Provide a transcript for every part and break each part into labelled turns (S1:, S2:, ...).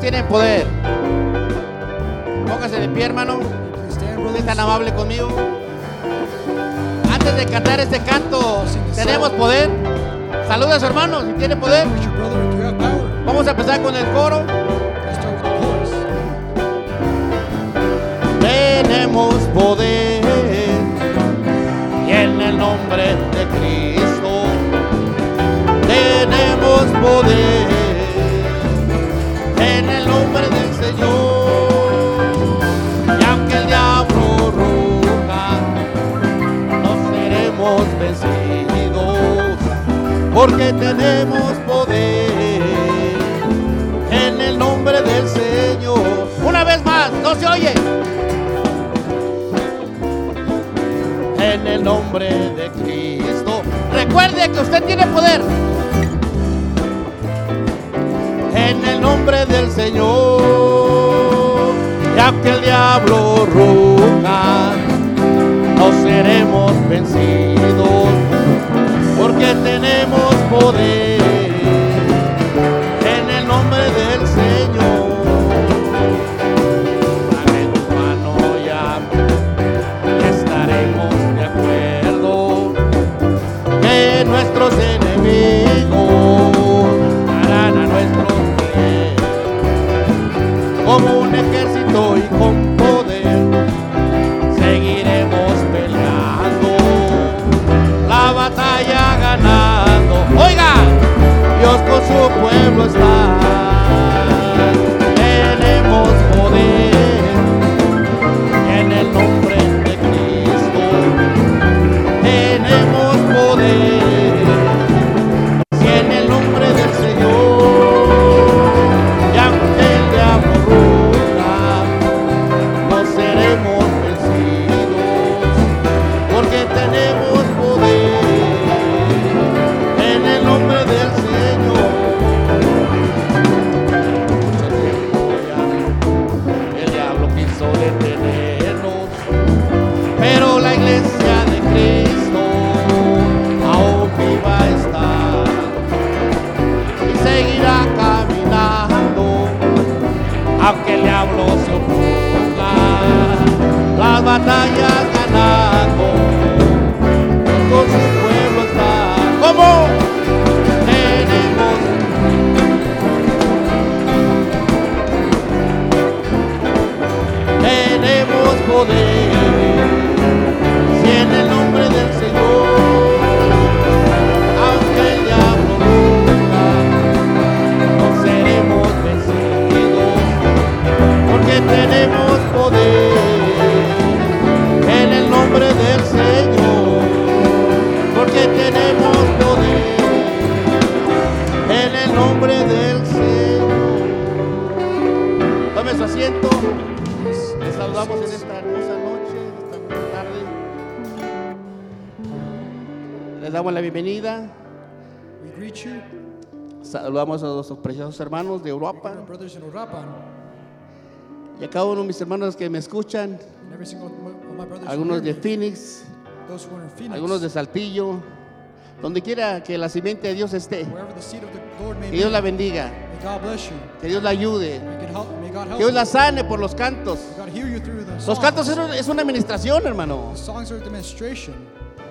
S1: tienen poder. Póngase de pie, hermano.
S2: Please stand,
S1: Si es tan
S2: brothers.
S1: amable conmigo. Antes de cantar este canto, tenemos poder. Saluda a su hermano si tiene poder.
S2: With your brother, if you have power,
S1: Vamos a empezar con el coro.
S2: let's start with the chorus.
S1: Tenemos poder. Y en el nombre de Cristo tenemos poder. En el nombre del Señor. Y aunque el diablo ruja, no seremos vencidos. Porque tenemos poder. En el nombre del Señor. Una vez más, no se oye. en el nombre de Cristo. Recuerde que usted tiene poder. En el nombre del Señor, y aunque el diablo ruja, no seremos vencidos, porque tenemos poder. En el nombre del Señor, dame tu mano y am- estaremos de acuerdo que nuestros enemigos harán a nuestros pies como un ejército y con poder seguiremos peleando la batalla ganando oiga Dios con su pueblo está tenemos poder en el nombre de Cristo tenemos poder. Si en el nombre del Señor, y aunque el diablo ruja, no seremos vencidos, porque tenemos poder. En el nombre del Señor. El diablo quiso detenernos, pero la iglesia de Cristo aún viva está y seguirá caminando, aunque el diablo se oponga, las batallas ganando. Con su pueblo está. ¿Cómo? Tenemos tenemos poder. Si en el nombre del Señor, aunque el diablo ruja, no seremos vencidos, porque tenemos poder. En el nombre del Señor, porque tenemos poder. En el nombre del Señor. Tome su asiento. Les saludamos en esta hermosa noche, en esta hermosa tarde. Les damos la bienvenida.
S2: We greet you,
S1: Saludamos a nuestros preciosos hermanos de
S2: our
S1: Europa
S2: brothers in Orapan,
S1: y a cada uno de mis hermanos que me escuchan,
S2: and every single one of my brothers who
S1: algunos
S2: hear
S1: de
S2: me,
S1: Phoenix,
S2: those who are in Phoenix,
S1: algunos de Saltillo, donde quiera que la simiente de Dios esté.
S2: wherever the seat of the Lord may
S1: Que
S2: be.
S1: Dios la
S2: May
S1: bendiga,
S2: God bless you.
S1: que Dios la ayude,
S2: May God help. May God help.
S1: que Dios
S2: you.
S1: la sane por los cantos.
S2: May God heal you through the
S1: Los
S2: songs.
S1: cantos es una- es una administración, hermano.
S2: The songs are a demonstration.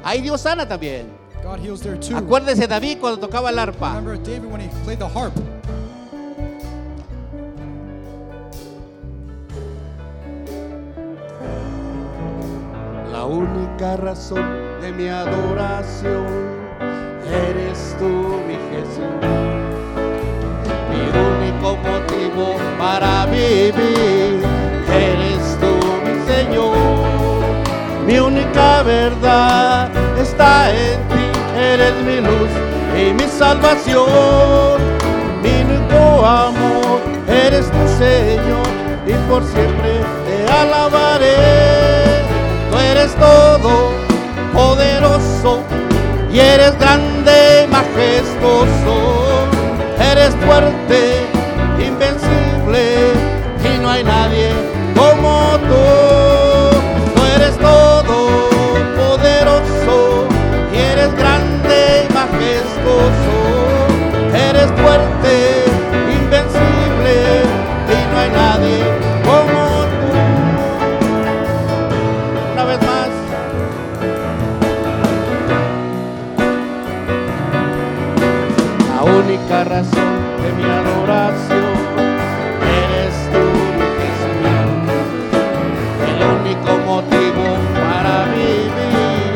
S1: Ahí Dios sana también.
S2: God heals there too.
S1: Acuérdese David cuando tocaba el arpa.
S2: Remember David when he played the harp.
S1: La única razón de mi adoración eres tú, mi Jesús. Mi único motivo para vivir eres tú, mi Señor. Mi única verdad está en ti, eres mi luz y mi salvación. Mi único amor eres tu Señor y por siempre te alabaré. Tú eres todo poderoso y eres grande, majestuoso. Eres fuerte, invencible y no hay nadie como tú. Tú eres todo poderoso y eres grande y majestuoso. Eres fuerte, invencible única razón de mi adoración eres tú, Jesús. El único motivo para vivir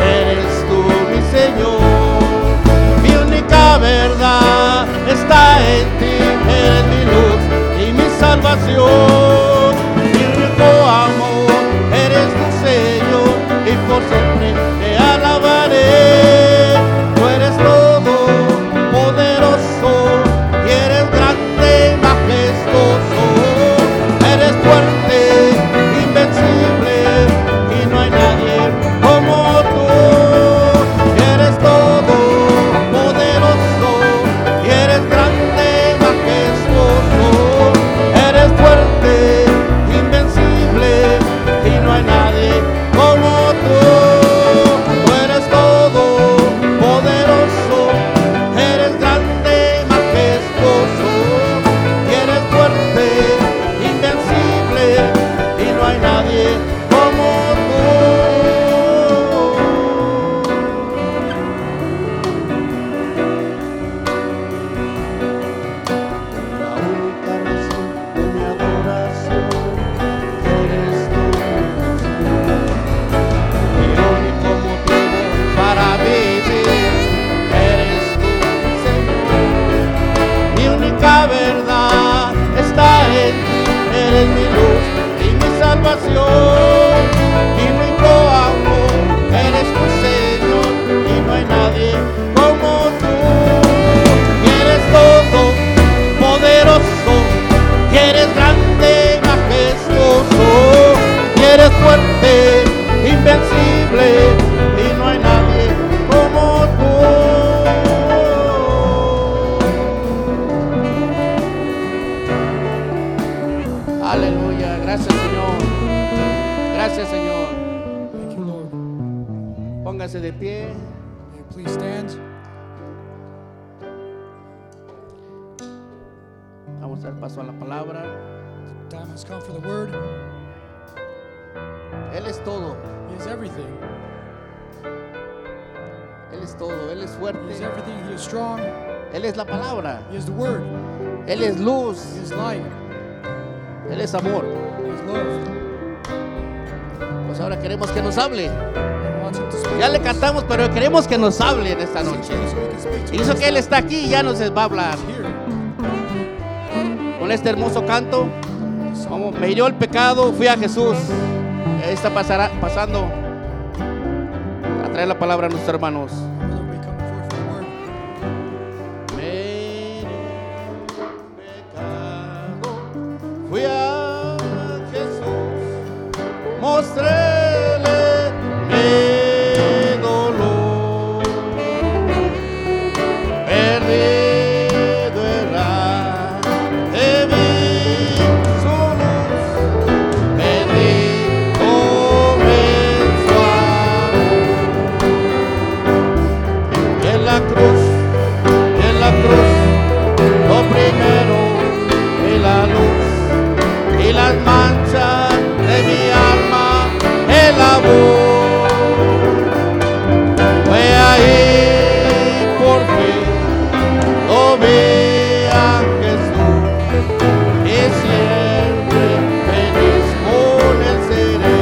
S1: eres tú, mi Señor. Mi única verdad está en ti, eres mi luz y mi salvación. Mi único amor eres tu Señor y por siempre te alabaré. Tú eres todo poderoso y eres grande, majestuoso. Eres fuerte, invencible y no hay nadie como tú. Eres todo poderoso y eres grande, majestuoso. Eres fuerte, invencible y no hay nadie como tú. Tú eres todo poderoso, eres grande, majestuoso. Y eres fuerte, invencible y no hay nadie como tú. La única razón de mi adoración eres tú. Mi único motivo para vivir eres tú, Señor. Mi única verdad está en ti, eres mi luz y mi salvación. Mi único amor eres tu Señor y no hay nadie como tú. Y eres todo poderoso, y eres grande, majestuoso, y eres fuerte, invencible, y no hay nadie como tú. Aleluya, gracias Señor, gracias Señor.
S2: Thank you, Lord.
S1: Póngase de pie.
S2: May you please stand.
S1: Vamos a dar paso a la palabra.
S2: Time has come for the word.
S1: Él es todo,
S2: He is everything.
S1: Él es todo, Él es
S2: He
S1: fuerte,
S2: is everything. He is strong.
S1: Él es la palabra,
S2: He is the word.
S1: Él es luz,
S2: He is light.
S1: Él es amor.
S2: He is love.
S1: Pues ahora queremos que nos hable.
S2: And wants him to speak.
S1: Ya le
S2: to us.
S1: cantamos, pero queremos que nos hable en esta
S2: Sing
S1: noche.
S2: to us so he can speak to
S1: Y eso
S2: us.
S1: que Él está aquí y ya nos va a hablar.
S2: Here.
S1: Con este hermoso canto, como me hirió el pecado, fui a Jesús. Y ahí está pasará, pasando a traer la palabra a nuestros hermanos.
S2: Lord, we come forth for the word.
S1: Me hirió el pecado, fui a Jesús, mostréle mi dolor. perdido era de mí su luz perdí comenzó a en la cruz en la cruz lo primero y la luz y las manchas de mi alma el amor fue ahí por fin lo vi a Jesús y siempre feliz con él seré.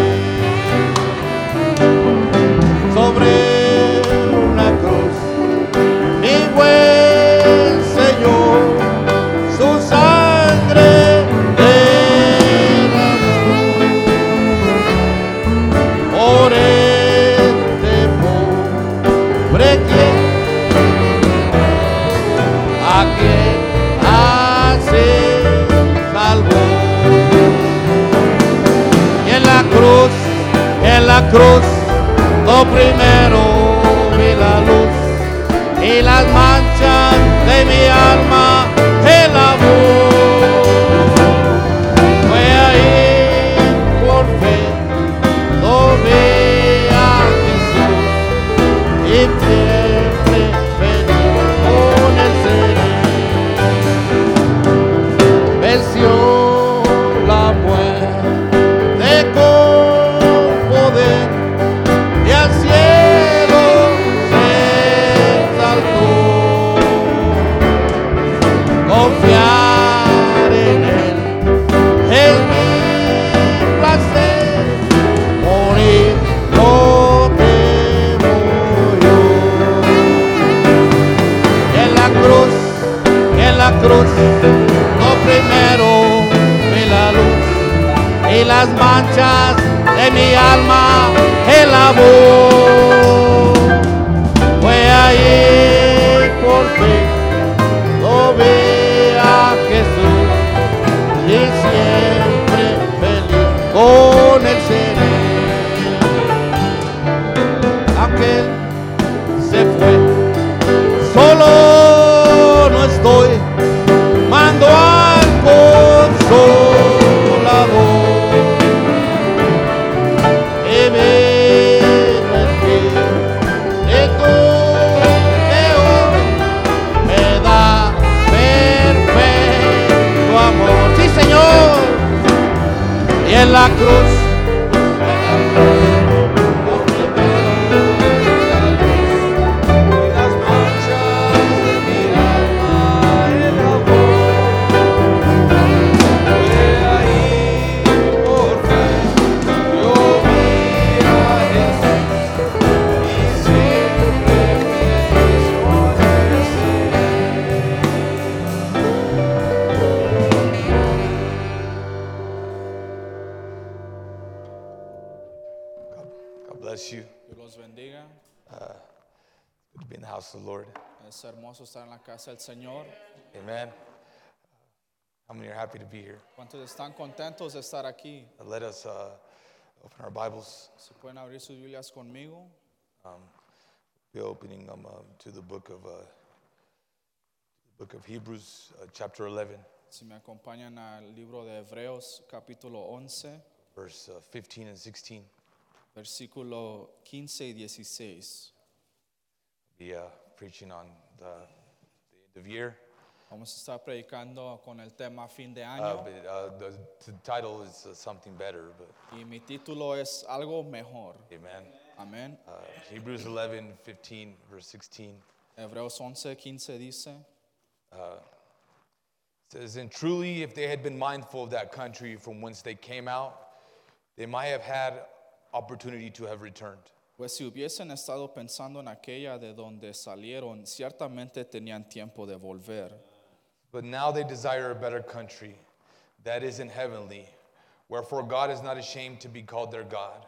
S1: Sobre una cruz, mi buen Señor, su sangre derramó. Por este pobre sobre quién, a quien así salvó. Y en la cruz, en la cruz, lo primero vi la luz y las manchas de mi alma el amor. Fue ahí por fe, lo vi a Jesús y siempre feliz con el seré. Venció la muerte con poder y al cielo se saltó. luz, lo primero fue la luz y las manchas de mi alma, el amor. Fue ahí por fin lo vi a Jesús y siempre feliz con el seré. Aquel se fue solo no estoy, mando al consolador. Y vino el fin de tu peor, me da perfecto amor. Sí, Señor. Y en la cruz. Las manchas de mi alma, el amor Fue ahí porque yo vi a Jesús Y siempre me hizo
S3: God bless you.
S2: Dios los bendiga.
S3: Good to be in the house of the Lord.
S2: Es hermoso estar en la casa del Señor.
S3: Amen. How many are happy to be here?
S2: ¿Cuántos están contentos de estar aquí?
S3: Uh, Let us uh, open our Bibles.
S2: Si pueden abrir sus Biblias conmigo.
S3: Um, we're opening them um, to the book of uh, the book of Hebrews, uh, chapter 11,
S2: Si me acompañan al libro de Hebreos capítulo 11,
S3: verse uh, 15 and 16.
S2: versículo 15 y 16.
S3: Be uh, preaching on the, the end of year.
S2: Vamos a estar predicando con el tema fin de
S3: Uh,
S2: año
S3: but uh, the, the title is uh, something better. But
S2: y mi título es algo mejor.
S3: amen.
S2: Amén.
S3: Uh, Hebrews 11, 15, verse 16.
S2: Hebreos 11, 15 dice,
S3: It says, And truly, if they had been mindful of that country from whence they came out, they might have had opportunity to have returned.
S2: pues si hubiesen estado pensando en aquella de donde salieron, ciertamente tenían tiempo de volver.
S3: But now they desire a better country, that is in heavenly. Wherefore God is not ashamed to be called their God,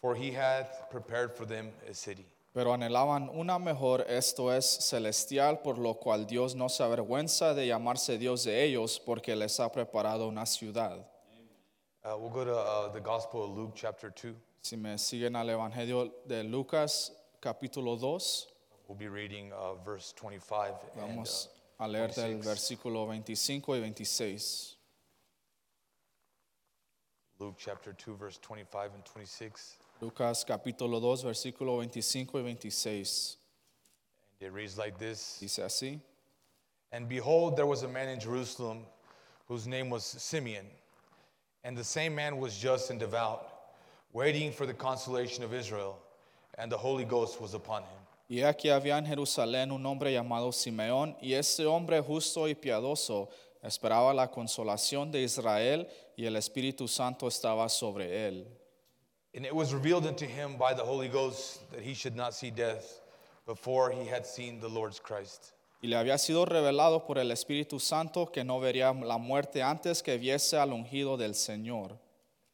S3: for he hath prepared for them a city.
S2: Pero anhelaban una mejor, esto es celestial, por lo cual Dios no se avergüenza de llamarse Dios de ellos, porque les ha preparado una ciudad.
S3: Uh, we'll go to uh, the Gospel of Luke, chapter 2.
S2: Si me siguen al Evangelio de Lucas capítulo 2,
S3: We'll be reading uh, verse 25. And, uh,
S2: vamos a leer del
S3: 26.
S2: versículo 25 y 26.
S3: uh, Luke, chapter 2, verse 25 and 26.
S2: Lucas capítulo 2, versículo 25 y 26.
S3: It reads like this.
S2: Dice así.
S3: And behold, there was a man in Jerusalem whose name was Simeon. And the same man was just and devout, waiting for the consolation of Israel, and the Holy Ghost was upon him.
S2: Y aquí había en Jerusalén un hombre llamado Simeón, y ese hombre justo y piadoso esperaba la consolación de Israel, y el Espíritu Santo estaba sobre él.
S3: And it was revealed unto him by the Holy Ghost that he should not see death before he had seen the Lord's Christ.
S2: Y le había sido revelado por el Espíritu Santo que no vería la muerte antes que viese al ungido del Señor.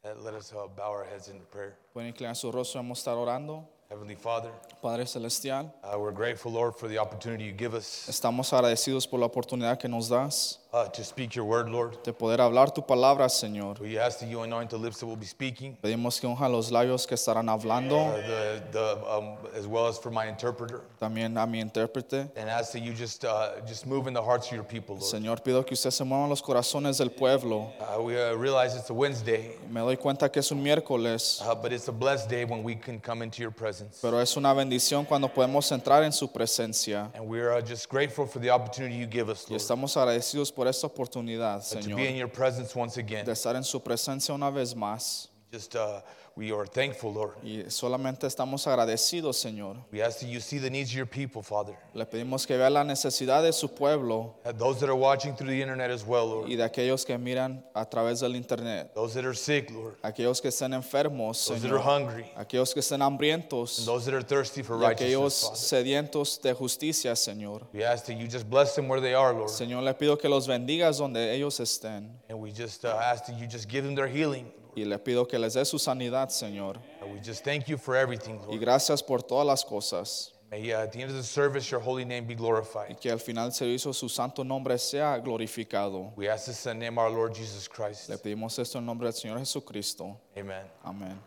S3: Uh, let us uh, bow our heads in prayer.
S2: Pueden inclinar su rostro, vamos a estar orando.
S3: Heavenly Father,
S2: Padre Celestial,
S3: uh, we're grateful, Lord, for the opportunity you give us
S2: estamos agradecidos por la oportunidad que nos das
S3: uh, to speak your word, Lord.
S2: de poder hablar tu palabra, Señor.
S3: We ask that you anoint the lips that will be speaking,
S2: Pedimos que unja los labios que estarán hablando,
S3: uh, the, the, um, as well as for my interpreter.
S2: también a mi intérprete.
S3: and ask that you just uh, just move in the hearts of your people, Lord.
S2: Señor, pido que usted se mueva en los corazones del pueblo.
S3: Uh, we uh, realize it's a Wednesday,
S2: Me doy cuenta que es un miércoles,
S3: uh, but it's a blessed day when we can come into your presence.
S2: pero es una bendición cuando podemos entrar en su presencia.
S3: And we are uh, just grateful for the opportunity you give us,
S2: Y
S3: Lord,
S2: estamos agradecidos por esta oportunidad,
S3: to be in
S2: Señor,
S3: your presence once again.
S2: de estar en su presencia una vez más.
S3: Just uh, We are thankful, Lord.
S2: Y solamente estamos agradecidos, Señor.
S3: We ask that you see the needs of your people, Father.
S2: Le pedimos que vea la necesidad de su pueblo
S3: And those that are watching through the internet as well, Lord.
S2: y de aquellos que miran a través del internet,
S3: Those that are sick, Lord.
S2: aquellos que estén enfermos,
S3: Those that are
S2: Señor,
S3: hungry.
S2: aquellos que estén hambrientos,
S3: Those that are thirsty for
S2: y aquellos
S3: righteousness, Father.
S2: sedientos de justicia, Señor.
S3: We ask that you just bless them where they are, Lord.
S2: Señor, le pido que los bendigas donde ellos estén
S3: And we just uh, ask that you just give them their healing.
S2: y le pido que les dé su sanidad, Señor.
S3: And we just thank you for everything,
S2: Y
S3: Lord.
S2: gracias por todas las cosas.
S3: May uh, at the end of the service, your holy name be
S2: Y
S3: glorified.
S2: que al final del servicio su santo nombre sea glorificado.
S3: We ask this in the name of our Lord Jesus Christ.
S2: Le pedimos esto en nombre del Señor Jesucristo.
S3: Amen.
S2: Amén.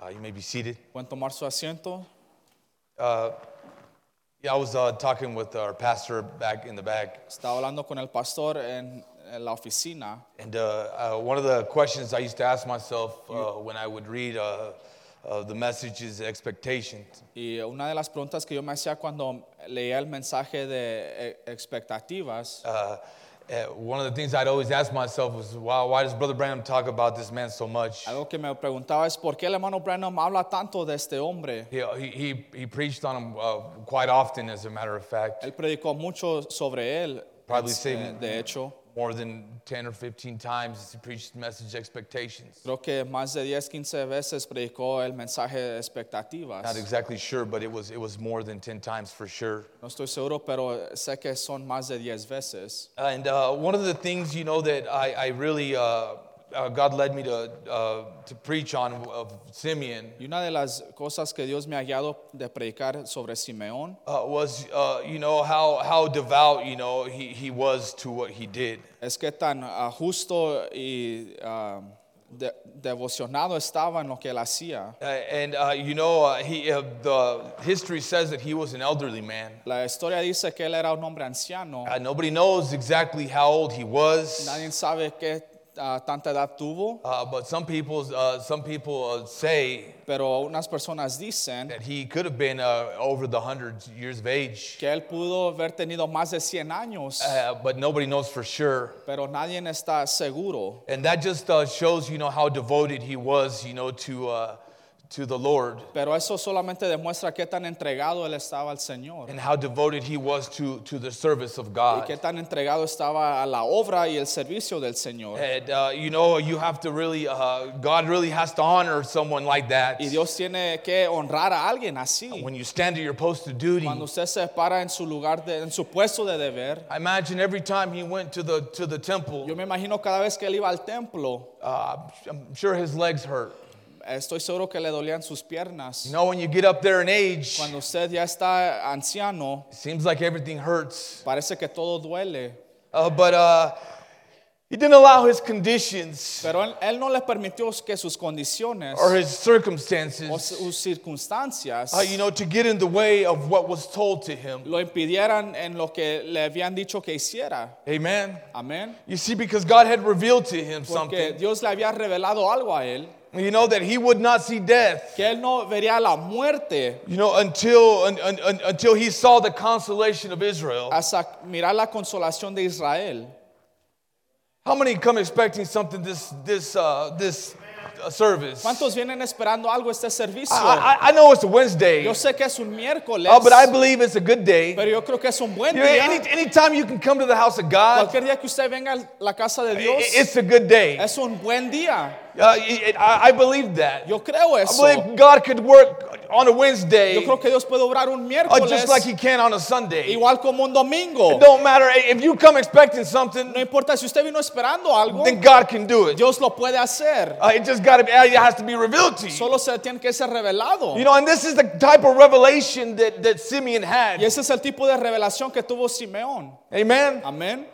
S3: Uh, you may be seated.
S2: ¿Pueden tomar su asiento?
S3: Yeah, I was uh, talking with our pastor back in the back.
S2: Estaba hablando con el pastor en, en la oficina
S3: And uh, uh, one of the questions I used to ask myself uh, when I would read uh, uh, the messages, expectations,
S2: y una de las preguntas que yo me hacía cuando leía el mensaje de eh, expectativas,
S3: uh, uh, one of the things I'd always ask myself was, why, why does Brother Branham talk about this man so much?
S2: algo que me preguntaba es por qué el hermano Branham habla tanto de este hombre.
S3: He, he, he, he preached on him uh, quite often, as a matter of fact,
S2: Él predicó mucho sobre él,
S3: Probably
S2: eh,
S3: same-
S2: de hecho.
S3: more than 10 or 15 times. He preached message expectations.
S2: Creo que más de 10, 15 veces predicó el mensaje de expectativas.
S3: Not exactly sure, but it was, it was more than 10 times for sure.
S2: No estoy seguro, pero sé que son más de 10 veces.
S3: And uh, one of the things, you know, that I, I really, uh, uh, God led me to, uh, to preach on of Simeon
S2: Y una de las cosas que Dios me ha guiado de predicar sobre Simeón
S3: uh, was, uh, you know, how, how devout, you know, he, he was to what he did.
S2: es que tan ah, justo y ah, de- devocionado estaba en lo que él hacía.
S3: Uh, and, uh, you know, uh, he, uh, the history says that he was an elderly man.
S2: La historia dice que él era un hombre anciano.
S3: Uh, nobody knows exactly how old he was.
S2: Nadie sabe qué ah, tanta edad tuvo,
S3: Uh, but some people, uh, some people uh, say
S2: pero unas personas dicen
S3: that he could have been uh, over the hundred years of age,
S2: que él pudo haber tenido más de 100 años,
S3: uh, but nobody knows for sure.
S2: pero nadie está seguro.
S3: And that just uh, shows, you know, how devoted he was, you know, to uh, to the Lord,
S2: Pero eso solamente demuestra qué tan entregado él estaba al Señor.
S3: and how devoted he was to to the service of
S2: y qué
S3: God.
S2: tan entregado estaba a la obra y el servicio del Señor.
S3: And uh, you know, you have to really, uh, God really has to honor someone like that.
S2: Y Dios tiene que honrar a alguien así.
S3: When you stand at your post of duty,
S2: Cuando usted se para en su lugar, de- en su puesto de deber,
S3: I imagine every time he went to the to the temple,
S2: yo me imagino cada vez que él iba al templo,
S3: uh, I'm sure his legs hurt.
S2: estoy seguro que le dolían sus piernas.
S3: You know, when you get up there in age,
S2: Cuando usted ya está anciano,
S3: it seems like everything hurts.
S2: parece que todo duele.
S3: Uh, but uh, he didn't allow his conditions
S2: Pero él, él no le permitió que sus condiciones
S3: or his
S2: o
S3: circumstances,
S2: sus circunstancias
S3: uh, you know, to get in the way of what was told to him.
S2: lo impidieran en lo que le habían dicho que hiciera.
S3: Amen.
S2: Amén.
S3: You see, because God had revealed to him
S2: Porque
S3: something,
S2: Dios le había revelado algo a él.
S3: you know, that he would not see death,
S2: que él no vería la muerte
S3: you know, until un, un- un- until he saw the consolation of Israel.
S2: hasta mirar la consolación de Israel.
S3: How many come expecting something this this uh, this uh, service? I,
S2: ¿Cuántos vienen esperando algo este servicio?
S3: I, I know it's a Wednesday,
S2: yo sé que es un miércoles,
S3: uh, ah, but I believe it's a good day.
S2: pero yo creo que es un buen
S3: You know,
S2: día.
S3: any, anytime you can come to the house of God, i-
S2: Cualquier día que usted venga a la casa de Dios
S3: it's a good day. Uh,
S2: es un buen día.
S3: it- it- I I believe that.
S2: Yo creo
S3: I
S2: eso.
S3: believe God could work on a
S2: Yo
S3: Wednesday
S2: creo que Dios puede obrar un
S3: uh,
S2: miércoles
S3: just like He can on a Sunday. It
S2: igual como un domingo.
S3: don't matter. If you come expecting something,
S2: No importa si usted vino esperando algo,
S3: then God can do it.
S2: Dios lo puede hacer.
S3: Uh, it just got to be, it has to be revealed to you.
S2: Solo se tiene que ser revelado.
S3: You know, and this is the type of revelation that, that Simeon
S2: Y
S3: had.
S2: ese es el tipo de revelación que tuvo Simeón.
S3: Amen.
S2: Amén.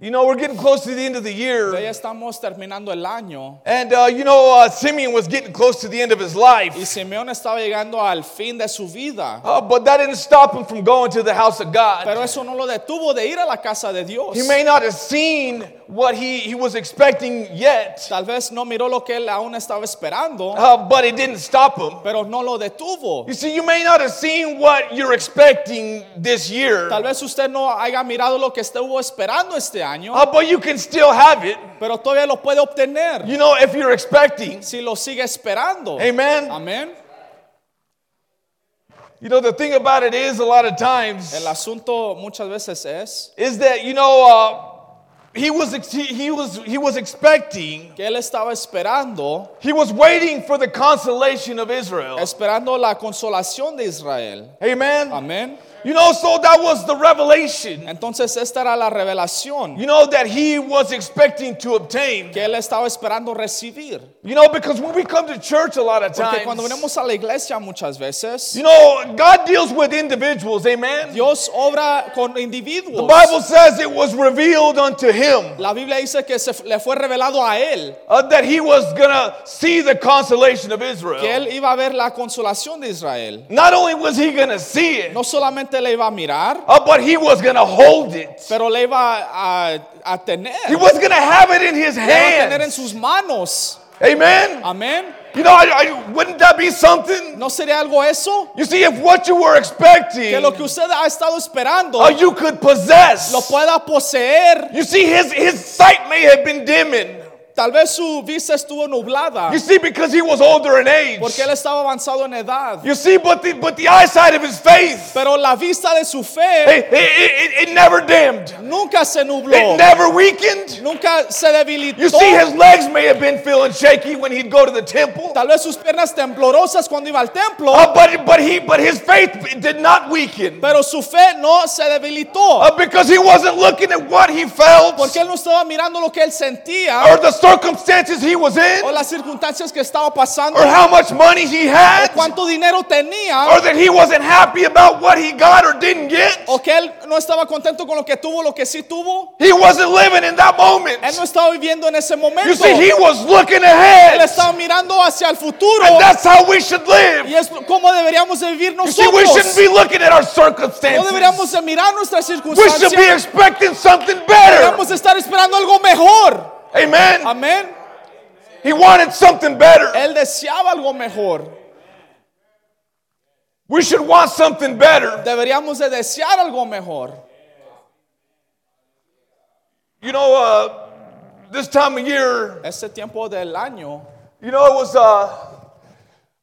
S3: You know, we're getting close to the end of the
S2: Ya
S3: year.
S2: estamos terminando el año
S3: And, uh, you know, uh, Simeon was getting close to the end of his life.
S2: y Simeón estaba llegando al fin de su vida,
S3: Uh, but that didn't stop him from going to the house of God.
S2: pero eso no lo detuvo de ir a la casa de Dios.
S3: He may not have seen what he, he was expecting yet,
S2: Tal vez no miró lo que él aún estaba esperando,
S3: uh, but it didn't stop him.
S2: pero no lo detuvo.
S3: You see, you may not have seen what you're expecting this year,
S2: Tal vez usted no haya mirado lo que estuvo esperando este año,
S3: Oh, but you can still have it.
S2: pero todavía lo puede obtener
S3: You know, if you're expecting.
S2: si lo sigue esperando.
S3: Amen.
S2: Amén.
S3: You know, the thing about it is, a lot of times,
S2: El asunto muchas veces es
S3: is that you know, uh, he was ex- he, he was he was expecting.
S2: que él estaba esperando,
S3: He was waiting for the consolation of Israel.
S2: esperando la consolación de Israel.
S3: Amen.
S2: Amén.
S3: You know, so that was the revelation.
S2: Entonces esta era la revelación
S3: You know that he was expecting to obtain.
S2: que él estaba esperando recibir.
S3: You know, because when we come to church, a lot of
S2: Porque cuando
S3: times,
S2: venimos a la iglesia muchas veces,
S3: you know, God deals with individuals. Amen.
S2: Dios obra con
S3: The
S2: individuos.
S3: Bible says it was revealed unto him
S2: La Biblia dice que se le fue revelado a él
S3: uh, that he was gonna see the consolation of
S2: que
S3: Israel.
S2: él iba a ver la consolación de Israel.
S3: Not only was he going to see it,
S2: No solamente le iba a mirar,
S3: uh, but he was going to hold it.
S2: pero le iba a, a- a tener.
S3: He was going to have it in his
S2: Le iba a tener en
S3: hands.
S2: sus manos.
S3: Amen.
S2: Amén.
S3: You know, I, I- wouldn't that be something?
S2: ¿No sería algo eso?
S3: You see, if what you were expecting,
S2: Que lo que usted ha estado esperando
S3: uh, you could possess.
S2: lo pueda poseer.
S3: You see, his, his sight may have been dimming.
S2: Tal vez su vista estuvo nublada
S3: You see, because he was older in age.
S2: porque él estaba avanzado en edad.
S3: You see, but the, but the eyesight of his face,
S2: Pero la vista de su
S3: it,
S2: fe
S3: it, it, it never dimmed.
S2: nunca se nubló,
S3: It never weakened.
S2: nunca se
S3: You
S2: debilitó.
S3: see, his legs may have been feeling shaky when he'd go to the temple.
S2: Tal vez sus piernas temblorosas cuando iba al templo,
S3: Uh, but, but, he, but his faith did not weaken
S2: pero su fe no se debilitó
S3: uh, because he wasn't looking at what he felt
S2: porque él no estaba mirando lo que él sentía
S3: or the circumstances he was in
S2: o las circunstancias que estaba pasando
S3: or
S2: o
S3: how much money he had or
S2: cuánto dinero tenía
S3: that he wasn't happy about what he got or didn't get.
S2: o que él no estaba contento con lo que tuvo, lo que sí tuvo.
S3: He wasn't living in that
S2: Él no
S3: moment.
S2: estaba viviendo en ese
S3: You
S2: momento.
S3: see, he
S2: Él
S3: was looking ahead.
S2: estaba mirando hacia el futuro
S3: And that's how we should
S2: y
S3: live.
S2: es como deberíamos de vivir
S3: You see, we shouldn't
S2: nosotros.
S3: be looking at our
S2: No deberíamos
S3: circumstances.
S2: de mirar nuestras
S3: We should be
S2: circunstancias.
S3: expecting something better.
S2: Deberíamos de estar esperando algo mejor.
S3: Amen.
S2: Amén.
S3: He wanted something better.
S2: Él deseaba algo mejor.
S3: We should want something better.
S2: Deberíamos de desear algo mejor.
S3: You know, uh, this time of year,
S2: Este tiempo del año,
S3: you know, it was, uh,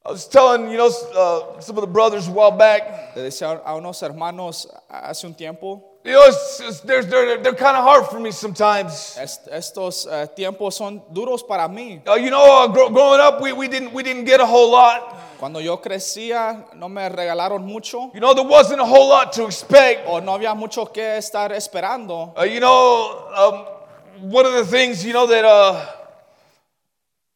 S3: I was telling, you know, s- uh, some of the brothers a while back,
S2: le decía a unos hermanos hace un tiempo,
S3: you know, it's, it's, they're, they're, they're kind of hard for me sometimes.
S2: est- estos eh, tiempos son duros para mí.
S3: Uh, you know, uh, gro- growing up, we, we, didn't, we didn't get a whole lot.
S2: Cuando yo crecía, no me regalaron mucho
S3: You know, there wasn't a whole lot to expect.
S2: o no había mucho que estar esperando.
S3: Uh, you know, um, one of the things, you know, that, uh,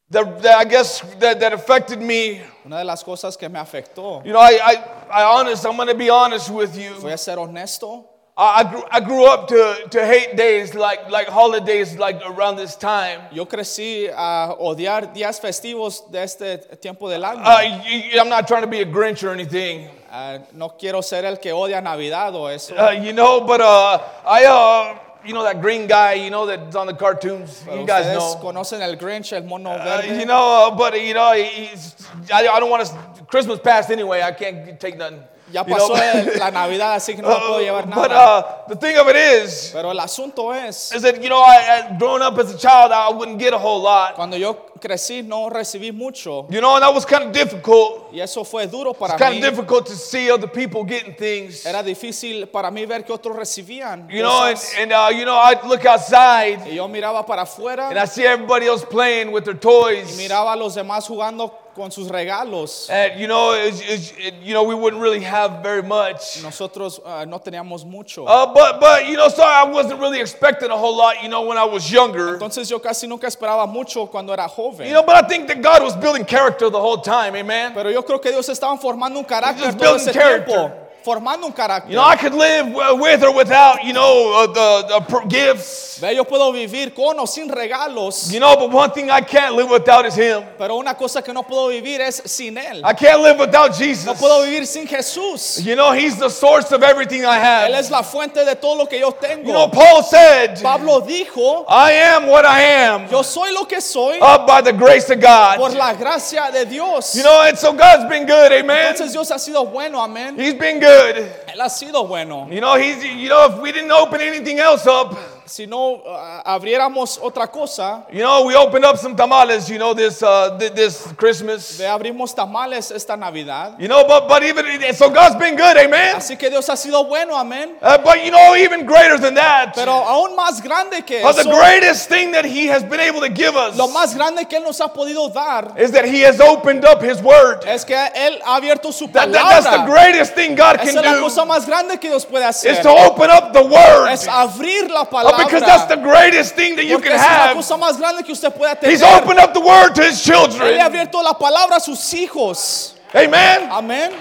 S3: that, that I guess that, that affected me,
S2: Una de las cosas que me afectó,
S3: you know, I, I, I honest, I'm going to be honest with you.
S2: voy a ser honesto,
S3: I, I, grew, I grew up to, to hate days like, like holidays like around this time.
S2: yo crecí a odiar días festivos de este tiempo del año.
S3: Uh, y- y- I'm not trying to be a Grinch or anything,
S2: Ah, no quiero ser el que odia Navidad o eso.
S3: uh, you know, but uh, I, uh, you know, that green guy, you know, that's on the cartoons.
S2: Pero
S3: you guys
S2: ustedes
S3: know.
S2: conocen el Grinch, el mono
S3: Uh,
S2: verde.
S3: you know, uh, but you know, he's, I, I don't want to. Christmas passed anyway. I can't take nothing.
S2: Ya
S3: you
S2: pasó
S3: know?
S2: el- la Navidad, así que no puedo llevar
S3: but
S2: nada.
S3: uh, the thing of it is,
S2: Pero el asunto es,
S3: is that you know, I, I, growing up as a child, I wouldn't get a whole lot.
S2: cuando yo crecí no recibí mucho
S3: You know, and that was kind of difficult.
S2: y eso fue duro para
S3: It's kind
S2: mí.
S3: of difficult to see other people getting things.
S2: Era difícil para mí ver que otros recibían.
S3: You know, and,
S2: cosas.
S3: and uh, you know, I look outside
S2: y yo miraba para afuera,
S3: and I see everybody else playing with their
S2: y
S3: toys.
S2: miraba a los demás jugando con sus regalos.
S3: And you know, it's, it's, it, you know, we wouldn't really have very much.
S2: Nosotros ah, no teníamos mucho.
S3: Uh, but but you know, so I wasn't really expecting a whole lot. You know, when I was younger.
S2: Entonces yo casi nunca esperaba mucho cuando era joven.
S3: You know, but I think that God was building character the whole time. Amen.
S2: Pero yo creo que Dios estaba formando un carácter
S3: just
S2: todo
S3: building
S2: ese
S3: character.
S2: tiempo. Formando un carácter.
S3: You know, I could live w- with or without. You know, uh, the, the pr- gifts.
S2: Ve, yo puedo vivir con o sin regalos,
S3: You know, but one thing I can't live without is Him.
S2: pero una cosa que no puedo vivir es sin Él.
S3: I can't live without
S2: No
S3: Jesus.
S2: puedo vivir sin Jesús.
S3: You know, he's the source of everything I
S2: Él es
S3: have.
S2: la fuente de todo lo que yo
S3: You know,
S2: tengo.
S3: Paul said,
S2: Pablo dijo,
S3: I am what I am
S2: yo soy lo que soy
S3: up by the grace of
S2: por
S3: God.
S2: la gracia de Dios.
S3: You know, and so God's been good, amen.
S2: Entonces Dios ha sido bueno, amén.
S3: He's been good.
S2: Él ha sido bueno.
S3: You know, he's, you know, if we didn't open anything else up,
S2: Si no ah, abriéramos otra cosa,
S3: you know, we opened up some tamales, you know, this, uh, th- this Christmas.
S2: le abrimos tamales esta Navidad.
S3: You know, but, but even, so God's been good, amen?
S2: Así que Dios ha sido bueno, amén.
S3: Uh, but you know, even greater than that,
S2: Pero aún más grande que
S3: uh, the
S2: eso,
S3: greatest thing that He has been able to give us
S2: lo más grande que Él nos ha podido dar
S3: is that He has opened up His Word.
S2: es que Él ha abierto su
S3: That- that- that's the
S2: Eh, palabra.
S3: greatest thing God
S2: Esa
S3: can
S2: es la
S3: do,
S2: cosa más grande que Dios puede
S3: is
S2: hacer.
S3: to open up the Word.
S2: Es abrir la
S3: Uh, because that's the
S2: palabra.
S3: greatest thing that you
S2: Porque
S3: can
S2: esa es la
S3: have.
S2: cosa más grande que usted pueda tener.
S3: He's opened up the Word to His
S2: Él le Ah. ha
S3: children.
S2: abierto la palabra a sus hijos.
S3: Amen?
S2: Amén.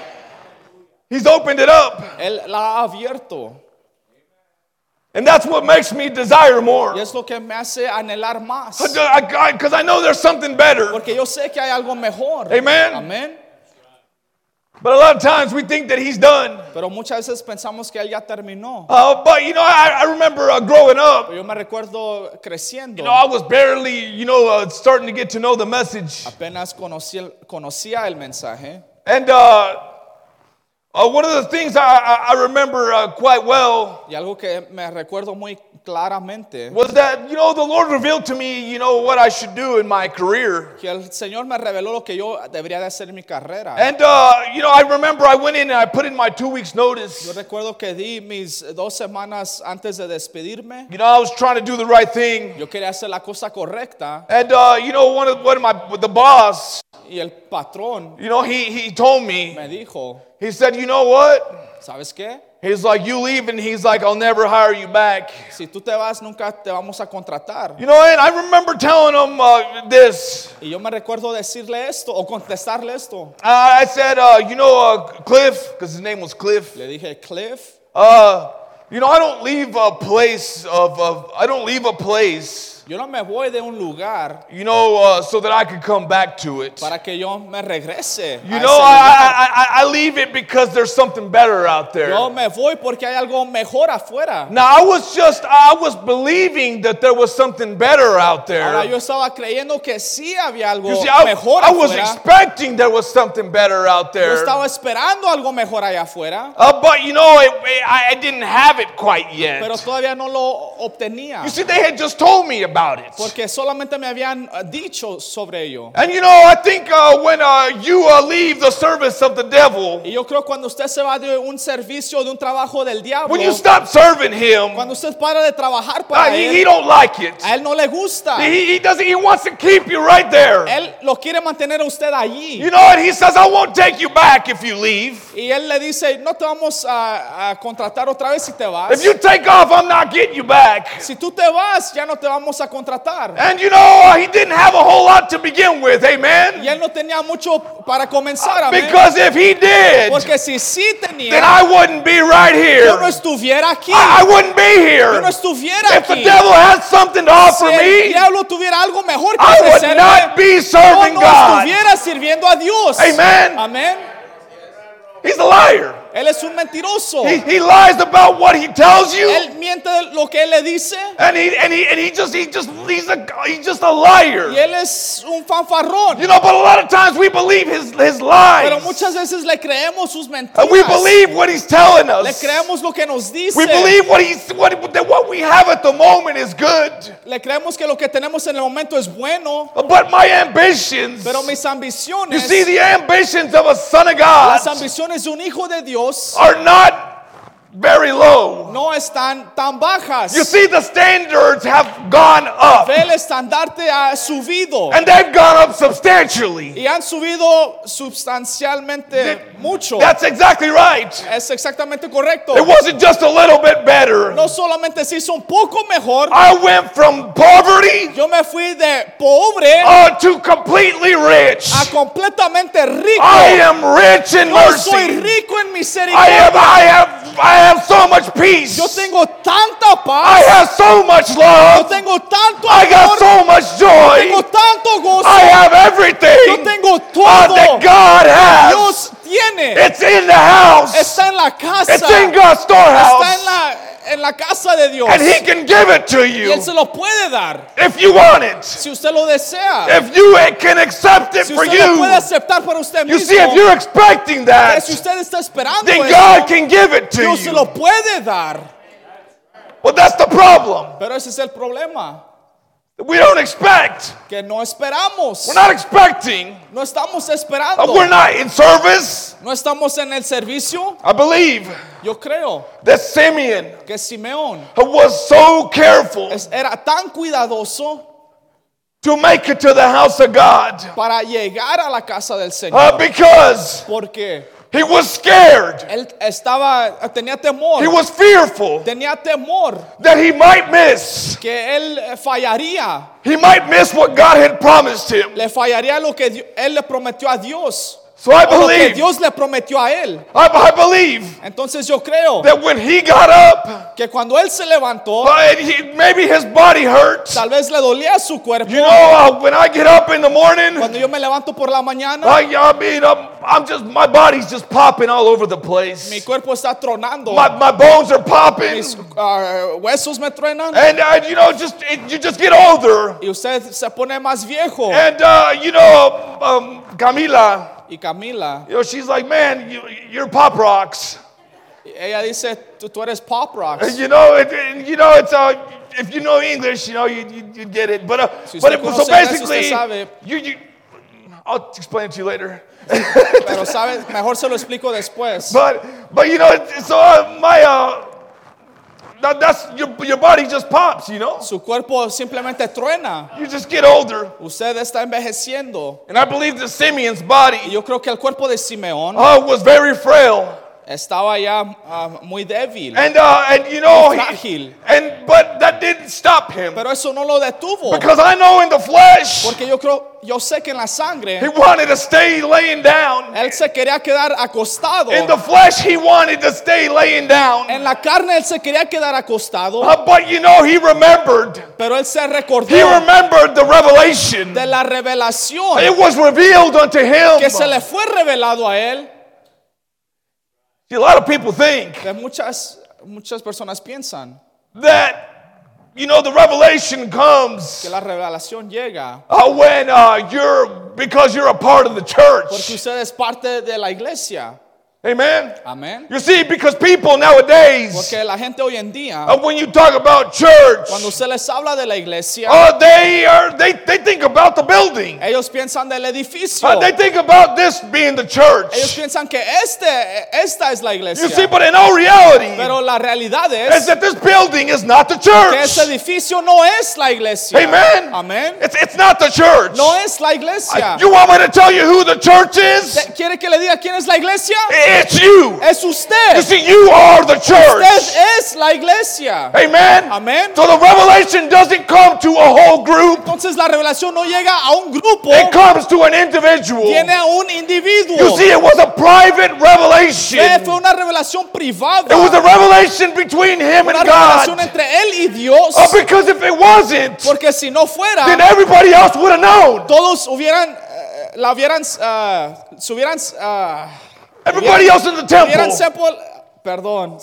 S3: He's opened it up.
S2: Él la ha abierto.
S3: And that's what makes me desire
S2: Y
S3: more.
S2: es lo que me hace anhelar más.
S3: Because I, I- 'cause I know there's something better.
S2: Porque yo sé que hay algo mejor.
S3: Amen.
S2: Amén.
S3: But a lot of times we think that He's done.
S2: Pero muchas veces pensamos que Él ya terminó.
S3: Uh, but you know, I, I remember uh, growing up.
S2: Yo me recuerdo creciendo.
S3: You know, I was barely, you know, uh, starting to get to know the message.
S2: Apenas conocí el- conocía el mensaje.
S3: And uh, uh, one of the things I, I, I remember uh, quite well
S2: Y algo que me recuerdo muy claramente.
S3: was that, you know, the Lord revealed to me, you know, what I should do in my career.
S2: Que el Señor me reveló lo que yo debería de hacer en mi carrera.
S3: And, uh, you know, I remember I went in and I put in my two weeks'
S2: Yo
S3: notice.
S2: recuerdo que di mis dos semanas antes de despedirme.
S3: You know, I was trying to do the right thing.
S2: Yo quería hacer la cosa correcta.
S3: And, uh, you know, one of, one of my, the boss,
S2: Y el patrón
S3: you know, he, he told me,
S2: me dijo,
S3: he said, you know what?
S2: ¿sabes qué?
S3: He's like, you leave, and he's like, I'll never hire you back.
S2: Si tú te vas, nunca te vamos a contratar.
S3: You know, and I remember telling him uh, this.
S2: Y yo me recuerdo decirle esto o contestarle esto.
S3: Uh, I said, uh, you know, uh, Cliff, because his name was Cliff.
S2: Le dije, Cliff,
S3: Uh, you know, I don't leave a place of, of I don't leave a place,
S2: yo no me voy de un lugar
S3: you know, uh, so that I could come back to it.
S2: para que yo me regrese. a
S3: You
S2: ese
S3: know,
S2: lugar.
S3: I, I, I, I leave it because there's something better out there.
S2: yo me voy porque hay algo mejor afuera.
S3: Now, I was just, I was believing that there was something better out
S2: Ahora yo
S3: there.
S2: estaba creyendo que sí había algo
S3: You see, I,
S2: mejor
S3: I was
S2: afuera.
S3: expecting there was something better out
S2: Yo
S3: there.
S2: estaba esperando algo mejor allá afuera,
S3: Uh, but you know, it, it- I, I didn't have it quite yet.
S2: pero todavía no lo obtenía
S3: You see, they had just told me about it.
S2: porque solamente me habían eh, dicho sobre ello.
S3: And you know, I think uh, when uh, you uh, leave the service of the devil,
S2: Y yo creo cuando usted se va de un servicio, de un trabajo del diablo,
S3: when you stop serving him,
S2: cuando usted para de trabajar
S3: uh,
S2: para
S3: he, he
S2: él,
S3: don't like it.
S2: a él no le gusta.
S3: He, he doesn't. He wants to keep you right there.
S2: Él lo quiere mantener a usted allí.
S3: You know, and he says, "I won't take you back if you leave.
S2: Y él le dice, no te vamos a, a contratar otra vez si te vas.
S3: If you take off, I'm not getting you back."
S2: Si tú te vas, ya no te vamos a contratar.
S3: And you know, uh, he didn't have a whole lot to begin with.
S2: Y
S3: Amen.
S2: él no tenía mucho para comenzar, amén.
S3: Because if he did,
S2: Porque si sí
S3: then
S2: tenía,
S3: I wouldn't be right
S2: yo no
S3: here.
S2: estuviera aquí.
S3: I, I wouldn't be
S2: Yo no
S3: here.
S2: estuviera
S3: If the
S2: aquí.
S3: devil has something to
S2: Si
S3: offer
S2: el
S3: me,
S2: diablo tuviera algo mejor que
S3: I would
S2: ofrecerme,
S3: not be
S2: yo
S3: serving
S2: no
S3: God.
S2: estuviera sirviendo a Dios.
S3: Amen.
S2: Amén.
S3: He's a liar.
S2: Él es un mentiroso.
S3: He, he lies about what he tells you,
S2: Él miente lo que él le dice.
S3: and he and he and he just he just he's a he's just
S2: Y
S3: a liar.
S2: él es un fanfarrón.
S3: You know, but a lot of times we believe his his
S2: Pero
S3: lies,
S2: muchas veces le creemos sus mentiras.
S3: and we believe what he's telling
S2: le
S3: us.
S2: creemos lo que nos dice.
S3: We believe what he's what that what we have at the moment is good.
S2: le creemos que lo que tenemos en el momento es bueno.
S3: But my ambitions,
S2: Pero mis
S3: you
S2: ambiciones,
S3: see, the ambitions of a son of God
S2: las ambiciones de un hijo de Dios,
S3: are not very low.
S2: no están tan bajas.
S3: You see, the standards have gone up.
S2: El estandarte ha subido.
S3: And they've gone up substantially.
S2: Y han subido sustancialmente mucho.
S3: That's exactly right.
S2: Es exactamente correcto.
S3: It wasn't just a little bit better.
S2: No solamente se hizo un poco mejor,
S3: I went from poverty
S2: yo me fui de pobre
S3: uh, to completely rich.
S2: a completamente
S3: I
S2: rico.
S3: am rich in
S2: Yo soy
S3: mercy.
S2: rico en
S3: I
S2: misericordia.
S3: have, I have, I have so much peace.
S2: Yo tengo tanta
S3: I
S2: paz.
S3: have so much
S2: Yo
S3: love.
S2: tengo tanto
S3: I got
S2: amor.
S3: so much
S2: Tengo
S3: joy.
S2: tanto gozo.
S3: I have
S2: Yo
S3: everything
S2: tengo
S3: uh, that
S2: todo.
S3: God has.
S2: Dios tiene.
S3: It's in the house.
S2: Está en la casa.
S3: It's in
S2: Está
S3: God's
S2: en
S3: storehouse.
S2: la, en la casa de Dios.
S3: And He can give it to
S2: Y
S3: you
S2: Él se lo puede dar
S3: if you want it.
S2: si usted lo desea.
S3: If you can accept it
S2: Si
S3: for
S2: usted lo puede
S3: you.
S2: aceptar para usted
S3: You see, if
S2: mismo.
S3: you're expecting
S2: Pero
S3: that,
S2: si usted está esperando
S3: then
S2: eso,
S3: God can give it to
S2: Dios se
S3: you.
S2: lo puede dar.
S3: Well, that's the problem.
S2: Pero ese es el problema,
S3: We don't expect.
S2: que no esperamos.
S3: We're not expecting.
S2: No estamos
S3: Uh,
S2: esperando.
S3: We're not in service.
S2: No estamos en el servicio.
S3: I believe
S2: Yo creo
S3: that Simeon
S2: que Simeón
S3: was so careful
S2: es- era tan cuidadoso
S3: to make it to the house of God
S2: para llegar a la casa del
S3: uh,
S2: Señor.
S3: because
S2: Porque
S3: he was scared.
S2: él estaba, tenía
S3: He
S2: temor.
S3: was fearful
S2: Tenía temor
S3: that he might miss.
S2: que él eh, fallaría.
S3: He might miss what God had promised him.
S2: Le fallaría lo que Di- él le prometió a Dios.
S3: So
S2: o
S3: I
S2: lo que
S3: believe,
S2: Dios le prometió a él.
S3: I, I believe
S2: Entonces yo creo
S3: that when he got up,
S2: que cuando él se levantó,
S3: uh, and he, maybe his body hurts.
S2: tal vez le dolía su cuerpo.
S3: You know, uh, when I get up in the morning,
S2: Cuando yo me levanto por la mañana,
S3: I, I mean, I'm, I'm just, my body's just popping all over the
S2: mi
S3: place.
S2: cuerpo está tronando.
S3: My, my bones are popping.
S2: mis ah, huesos me truenan.
S3: And, uh, you know, just it, you just get older.
S2: Y usted se pone más viejo.
S3: And, uh, you know, um, Camila,
S2: Y Camila,
S3: you know, she's like, man, you, you're pop rocks.
S2: ella dice, tú, tú eres pop
S3: And,
S2: rocks.
S3: you know, it, it- you know, it's, uh, if you know English, you know, you, you, you get it. But, uh,
S2: Si
S3: but
S2: usted
S3: it,
S2: conoce
S3: so
S2: inglés, usted
S3: basically,
S2: sabe.
S3: you, you, I'll explain it to you later.
S2: Pero sabes, mejor se lo explico después.
S3: But but you know, it's- so uh, my uh, that, that's your your body just pops. You know,
S2: Su cuerpo simplemente truena.
S3: you just get older.
S2: Usted está envejeciendo.
S3: And I believe that Simeon's
S2: Y
S3: body
S2: yo creo que el cuerpo de Simeón
S3: uh, was very frail,
S2: estaba ya ah, muy débil.
S3: and uh, and you know,
S2: Frágil.
S3: he, and but that didn't stop him
S2: Pero eso no lo detuvo.
S3: because I know in the flesh
S2: Porque yo creo, yo sé que en la
S3: he
S2: sangre
S3: wanted to stay laying down.
S2: él se quería quedar acostado.
S3: In the flesh, he wanted to stay laying down.
S2: En la carne él se quería quedar acostado.
S3: Uh, but you know, he remembered.
S2: Pero él se
S3: He
S2: recordó
S3: remembered the revelation.
S2: de la revelación
S3: It was revealed unto him.
S2: que se le fue revelado a él.
S3: See, a lot of people think
S2: Que muchas, muchas personas piensan
S3: that you know the revelation comes
S2: que la revelación llega
S3: uh, when uh, you're because you're a part of the
S2: porque
S3: church.
S2: usted es parte de la iglesia.
S3: Amen.
S2: Amén.
S3: You see, because people nowadays,
S2: Porque la gente hoy en día,
S3: uh, when you talk about church,
S2: cuando usted les habla de la iglesia,
S3: uh, they are they, they think about the building.
S2: ellos piensan del edificio.
S3: Uh, they think about this being the
S2: Ellos
S3: church.
S2: piensan que este, esta es la
S3: You see,
S2: iglesia.
S3: but in all reality,
S2: Pero la realidad
S3: is
S2: es
S3: that this building is not the
S2: que este
S3: church.
S2: edificio no es la iglesia.
S3: Amen.
S2: Amén.
S3: It's, it's not the church.
S2: No es la iglesia.
S3: You want me to tell you who the church is?
S2: ¿Quiere que le diga quién es la iglesia?
S3: It's you.
S2: Es
S3: Eh, You
S2: usted.
S3: see, you are the church.
S2: Usted es la iglesia.
S3: Eh, Amen.
S2: Amén.
S3: So the revelation doesn't come to a whole group.
S2: Entonces la revelación no llega a un grupo,
S3: It comes to an individual.
S2: viene a un individuo.
S3: You see, it was a private revelation.
S2: Eh, Fue
S3: It
S2: una revelación privada.
S3: was a revelation between him
S2: una
S3: and
S2: revelación
S3: God.
S2: entre él y Dios.
S3: Oh, because if it wasn't,
S2: Porque si no fuera,
S3: then everybody else would have known.
S2: todos hubieran, eh, la hubieran, ah, se hubieran, ah,
S3: Everybody else in the
S2: hubieran
S3: temple.
S2: sepul- perdón,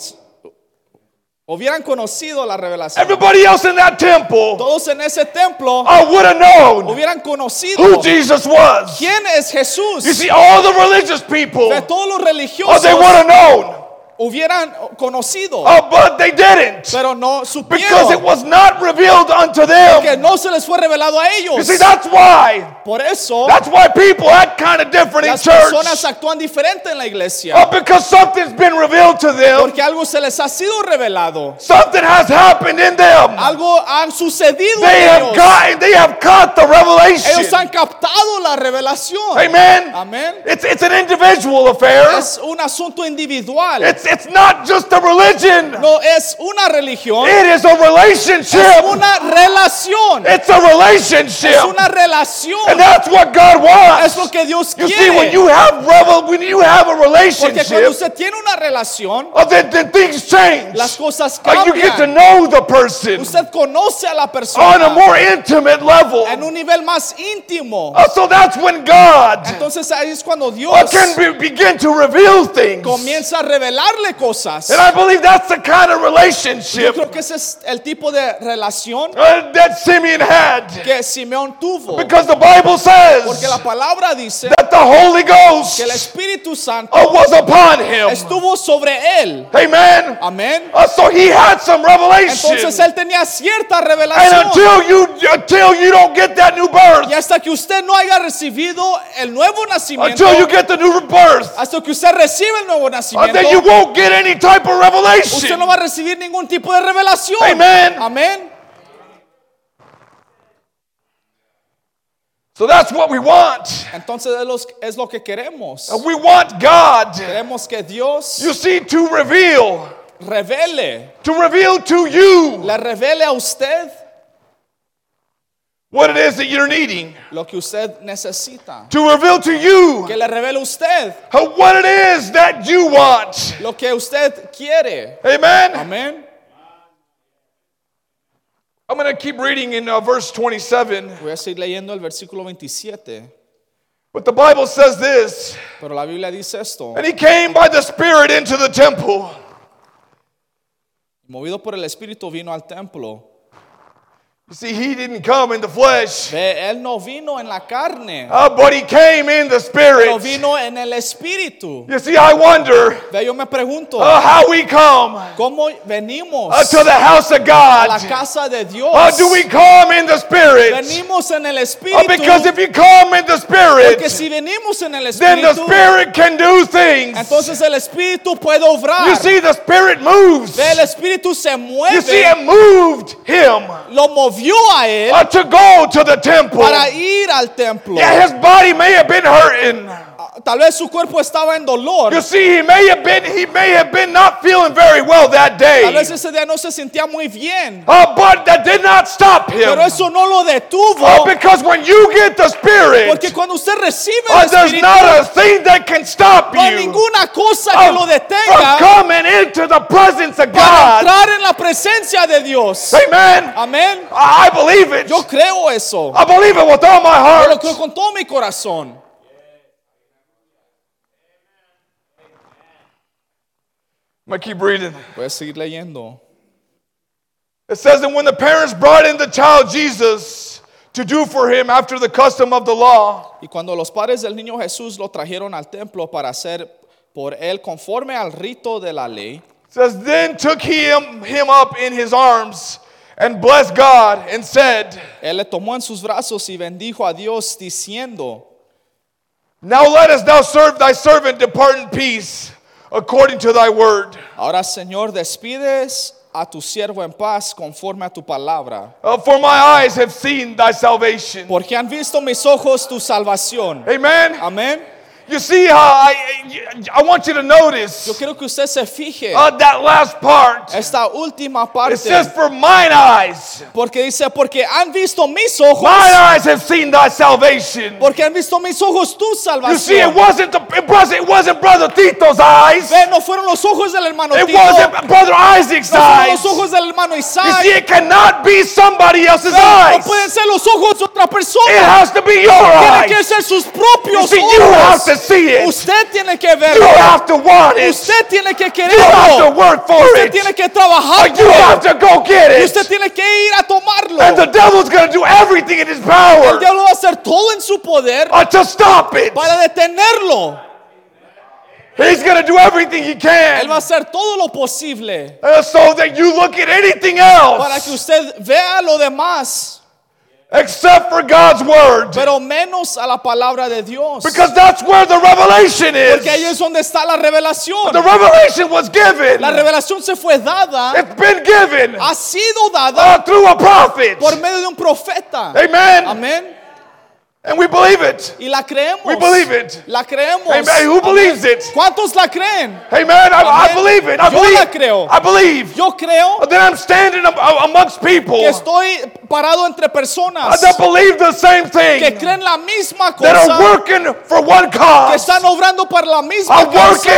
S2: hubieran conocido la revelación.
S3: Everybody else in that temple
S2: todos en ese templo
S3: uh, would have known
S2: hubieran conocido
S3: who Jesus was.
S2: quién es Jesús.
S3: You see, all the religious people,
S2: De todos los
S3: oh,
S2: religiosos
S3: they would have known.
S2: hubieran conocido,
S3: Oh, but they didn't.
S2: pero no
S3: Because it
S2: supieron.
S3: was not revealed unto
S2: que
S3: them.
S2: no se les fue revelado a ellos.
S3: You see, that's why.
S2: Por eso
S3: That's why people act kind of different in
S2: las
S3: church.
S2: personas actúan diferente en la iglesia.
S3: Oh, because something's been revealed to them.
S2: Porque algo se les ha sido revelado.
S3: Something has happened in them.
S2: Algo ha sucedido
S3: They
S2: en
S3: have
S2: ellos.
S3: gotten, they have caught the
S2: Ellos
S3: revelation.
S2: han captado la revelación.
S3: Amen.
S2: Amén.
S3: It's it's an individual affair.
S2: Es un asunto individual.
S3: It's it's not just a religion.
S2: No es una religión.
S3: It is a
S2: Es
S3: relationship.
S2: una relación.
S3: It's a
S2: Es
S3: relationship.
S2: una relación.
S3: And that's what God
S2: Es lo
S3: wants.
S2: que Dios
S3: You see, when
S2: quiere.
S3: you have revel, when you have a
S2: Porque cuando
S3: relationship,
S2: usted tiene una relación,
S3: oh, then, then things change.
S2: las cosas
S3: Uh, you get to
S2: cambian.
S3: know the person
S2: Usted conoce a la
S3: on a
S2: persona
S3: more intimate level.
S2: en un nivel más íntimo.
S3: Uh, so that's when God
S2: Entonces ahí es cuando Dios
S3: uh, can be- begin to reveal things.
S2: comienza a revelar darle cosas.
S3: And I believe that's the kind of
S2: Yo
S3: relationship
S2: creo que ese es el tipo de relación
S3: uh, that Simeon had.
S2: que Simeón tuvo.
S3: Because the Bible
S2: Porque
S3: says
S2: la palabra dice
S3: that the Holy Ghost
S2: que el
S3: uh,
S2: Espíritu Santo
S3: was upon him.
S2: estuvo sobre él.
S3: Amen.
S2: Amén.
S3: Uh, so he had some revelation.
S2: Ah. Entonces él tenía cierta
S3: And
S2: revelación.
S3: until you until you don't get that new
S2: Y
S3: birth,
S2: hasta que usted no haya recibido el nuevo nacimiento,
S3: until you get the new birth,
S2: hasta que usted reciba el nuevo
S3: uh, then you
S2: nacimiento,
S3: won't get any type of
S2: usted
S3: revelation.
S2: no va a recibir ningún tipo de revelación.
S3: Amen.
S2: Amén.
S3: So that's what we want. Uh,
S2: Entonces es los- es lo que queremos.
S3: We want God.
S2: Queremos que Dios
S3: You see, to reveal,
S2: revele,
S3: to reveal to you
S2: le revele a usted
S3: what it is that you're needing,
S2: lo que usted necesita.
S3: to reveal to you
S2: Que le revele a usted
S3: uh, what it is that you want.
S2: lo que usted quiere.
S3: Amen.
S2: Amén.
S3: I'm going to keep reading in uh, verse 27.
S2: Voy a seguir leyendo el versículo 27.
S3: But the Bible says this
S2: Pero la Biblia dice esto.
S3: And he came by the Spirit into the temple.
S2: Movido por el Espíritu vino al templo.
S3: You see, he didn't come in the flesh,
S2: Ve, él no vino en la carne,
S3: uh, but he came in the
S2: pero
S3: Spirit.
S2: vino en el Espíritu.
S3: You see, I wonder
S2: Ve, yo me pregunto,
S3: uh, how we come uh,
S2: ¿cómo venimos
S3: to the house of
S2: a la
S3: God.
S2: casa de Dios?
S3: Or do Ah, we come in the Spirit?
S2: Venimos en el
S3: Uh,
S2: Espíritu.
S3: because if you come in the
S2: Porque
S3: Spirit,
S2: si venimos en el
S3: then the
S2: Espíritu,
S3: Spirit can do things.
S2: entonces el Espíritu puede obrar.
S3: You see, the Spirit moves.
S2: Ve, el Espíritu se
S3: You see,
S2: mueve.
S3: it moved him uh,
S2: Lo movió a él
S3: to go to the temple.
S2: para ir al templo.
S3: Yeah, his body may have been hurting.
S2: Tal vez su cuerpo estaba en dolor.
S3: You see, he may have been he may have been not feeling very well that day.
S2: Tal vez ese día no se sentía muy bien.
S3: Uh, but that did not stop him.
S2: Pero eso no lo
S3: Uh,
S2: detuvo.
S3: because when you get the Spirit,
S2: Porque cuando usted recibe
S3: uh,
S2: el
S3: there's
S2: Espíritu,
S3: not a Oh, thing that can stop
S2: no hay
S3: you
S2: ninguna cosa que
S3: of,
S2: lo
S3: from
S2: detenga
S3: coming into the presence of
S2: para
S3: God.
S2: entrar en la presencia de Dios.
S3: Amen.
S2: Amén.
S3: I I believe it.
S2: Yo creo eso.
S3: I believe it with all my
S2: Yo lo
S3: heart.
S2: creo con todo mi corazón.
S3: I'm going to keep reading.
S2: Voy a seguir leyendo.
S3: It says that when the parents brought in the child Jesus to do for him after the custom of the law,
S2: Y cuando los padres del niño Jesús lo trajeron al templo para hacer por él conforme al rito de la ley,
S3: it says, then took he him, him up in his arms and blessed God and said,
S2: él le tomó en sus brazos y bendijo a Dios diciendo,
S3: Now let us now serve thy servant, depart in peace, according to thy word.
S2: Ahora, Señor, despides a tu siervo en paz conforme a tu palabra,
S3: Uh, for my eyes have seen thy salvation.
S2: porque han visto mis ojos tu salvación.
S3: Amen.
S2: Amén.
S3: You see how I, I want you to
S2: Yo
S3: notice
S2: quiero que usted se fije
S3: uh, that last part.
S2: esta última
S3: It
S2: parte,
S3: says, For mine eyes,
S2: porque dice, porque han visto mis ojos,
S3: mine eyes have seen thy salvation.
S2: porque han visto mis ojos tu
S3: You see, it
S2: salvación.
S3: wasn't, the, it wasn't, it wasn't Brother Tito's eyes,
S2: Ve, no fueron los ojos del hermano
S3: it
S2: Tito,
S3: wasn't Brother Isaac's
S2: no fueron
S3: eyes.
S2: los
S3: You
S2: ojos del hermano Isaac,
S3: see, it cannot be somebody else's
S2: Ve, no
S3: eyes,
S2: pueden ser los ojos de otra
S3: it
S2: persona,
S3: has to be your
S2: tiene que
S3: eyes.
S2: ser sus
S3: You
S2: propios
S3: see, you have to
S2: ojos.
S3: see it,
S2: Usted tiene que
S3: you
S2: verlo.
S3: have to want it,
S2: Usted tiene que
S3: you have
S2: quererlo.
S3: to work for
S2: Usted
S3: it,
S2: tiene que trabajar
S3: you have
S2: por él.
S3: to go get
S2: Y
S3: it.
S2: usted tiene que ir a tomarlo.
S3: And the devil's going to do everything in his power
S2: El diablo va a hacer todo en su poder
S3: uh, to stop it.
S2: para detenerlo.
S3: He's going to do everything he
S2: Él va a
S3: can
S2: hacer todo lo posible
S3: uh, so that you look at anything
S2: para que
S3: else
S2: usted vea lo demás,
S3: except for God's word.
S2: pero menos a la palabra de Dios.
S3: Because that's where the revelation
S2: Porque ahí es
S3: is.
S2: donde está la
S3: The
S2: revelación.
S3: revelation was given.
S2: La revelación se fue dada,
S3: It's been given
S2: ha sido dada
S3: uh, through a prophet.
S2: por medio de un profeta.
S3: Amen.
S2: Amén.
S3: And we believe it.
S2: Y la creemos.
S3: We believe it.
S2: La creemos.
S3: Amen. Who believes it?
S2: ¿Cuántos la creen?
S3: Amen. I, I
S2: Amen.
S3: believe it. I
S2: Yo la
S3: believe.
S2: creo.
S3: I believe.
S2: Yo creo
S3: Then I'm standing am- am- amongst people
S2: que estoy parado entre
S3: uh,
S2: personas
S3: that believe the same
S2: que
S3: thing.
S2: creen la misma
S3: that are
S2: cosa,
S3: working for one
S2: que
S3: cause,
S2: están obrando para la misma
S3: are
S2: cosa,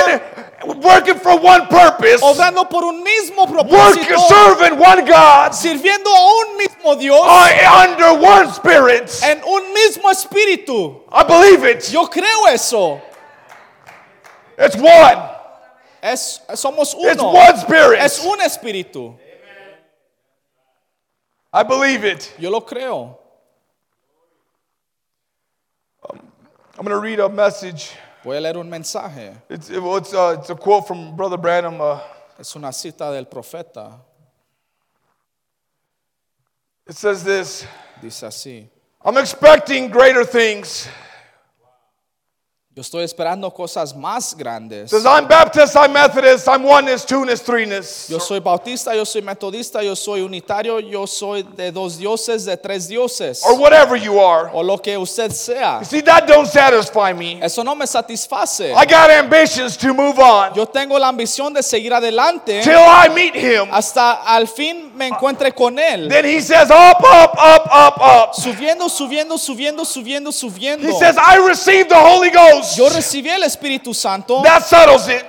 S3: working, working for one purpose,
S2: obrando por un mismo
S3: working,
S2: propósito,
S3: serving one God,
S2: sirviendo a un mismo Dios
S3: are under one spirit.
S2: en un mismo espíritu.
S3: I believe it.
S2: Yo creo eso.
S3: It's one.
S2: Es, somos uno.
S3: It's one spirit.
S2: Es un espíritu.
S3: I believe it.
S2: Yo lo creo.
S3: I'm going to read a message.
S2: Voy a leer un mensaje.
S3: It's, it- well, it's, uh, it's a quote from Brother Branham. Uh,
S2: Es una cita del profeta.
S3: it says this
S2: Dice así.
S3: I'm expecting greater things.
S2: Yo estoy esperando cosas más grandes.
S3: It says, I'm Baptist, I'm Methodist, I'm oneness, two-ness, threeness.
S2: Yo soy bautista, yo soy metodista, yo soy unitario, yo soy de dos dioses, de tres dioses.
S3: Or whatever you are.
S2: O lo que usted sea.
S3: See, that don't satisfy me.
S2: Eso no me satisface.
S3: I got ambitions to move on
S2: Yo tengo la ambición de seguir adelante
S3: till I meet him.
S2: hasta al fin me encuentre con él.
S3: Then he says, up, up, up, up, up.
S2: Subiendo, subiendo, subiendo, subiendo, subiendo.
S3: He says, I received the Holy Ghost.
S2: Yo recibí el Espíritu Santo.
S3: That settles it.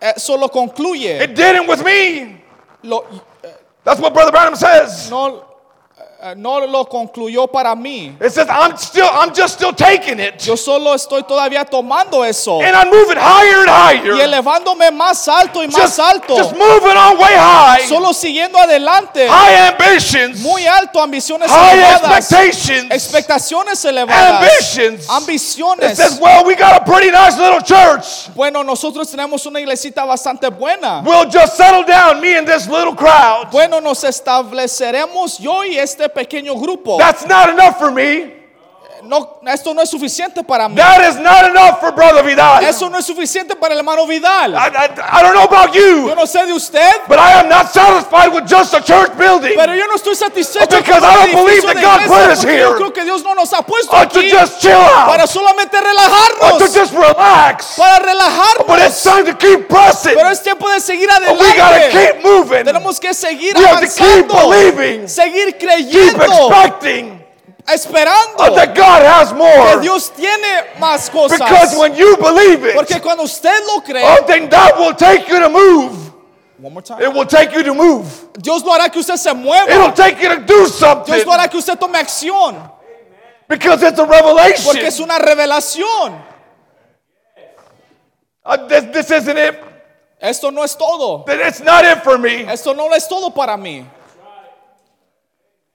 S2: Eso lo concluye.
S3: It didn't with me.
S2: Lo- eh,
S3: That's what Brother Branham says.
S2: no, eh, no lo concluyó para mí.
S3: It says, I'm still, I'm just still taking it.
S2: Yo solo estoy todavía tomando eso
S3: And I'm moving higher and
S2: y
S3: higher.
S2: elevándome más alto y más
S3: Just,
S2: alto.
S3: just moving on way high.
S2: Solo siguiendo adelante.
S3: High ambitions.
S2: Muy alto, ambiciones
S3: High
S2: elevadas.
S3: expectations.
S2: Expectaciones elevadas.
S3: Ambitions. It
S2: Ambiciones.
S3: says, well, we got a pretty nice little church.
S2: Bueno, nosotros tenemos una iglesita bastante buena.
S3: We'll just settle down, me and this little crowd.
S2: Bueno, nos estableceremos yo y este pequeño grupo.
S3: That's not enough for me.
S2: No, esto no es suficiente para mí.
S3: That is not enough for Brother Vidal.
S2: Eso no es suficiente para el hermano
S3: I,
S2: Vidal.
S3: I, I don't know about
S2: Yo
S3: you,
S2: no sé de usted,
S3: but I am not satisfied with just a church building
S2: pero yo no estoy satisfecho
S3: Because
S2: con el
S3: I don't
S2: edificio
S3: believe
S2: de
S3: that God
S2: iglesia,
S3: put us
S2: porque Yo
S3: here.
S2: creo que Dios no nos ha puesto
S3: or to
S2: aquí
S3: just chill out
S2: para solamente
S3: or to
S2: relajarnos,
S3: just relax.
S2: para
S3: But it's
S2: relajarnos.
S3: time to keep pressing.
S2: Pero es tiempo de seguir
S3: But we gotta
S2: adelante.
S3: keep moving,
S2: Tenemos que seguir
S3: We have to keep
S2: avanzando,
S3: believing.
S2: seguir
S3: keep
S2: creyendo,
S3: expecting
S2: esperando
S3: that God has
S2: que
S3: more.
S2: Dios tiene más
S3: Because
S2: cosas.
S3: when you believe
S2: Porque
S3: it,
S2: cuando usted lo cree,
S3: oh, then that will take you to move.
S2: One more time.
S3: It will take you to move.
S2: Dios lo hará que usted se mueva.
S3: It'll take you to do something
S2: Dios lo hará que usted tome acción,
S3: because it's a
S2: porque es
S3: revelation.
S2: una revelación.
S3: Uh, this, this isn't it.
S2: Esto no es todo.
S3: That It's not it for me.
S2: Esto no es todo para mí.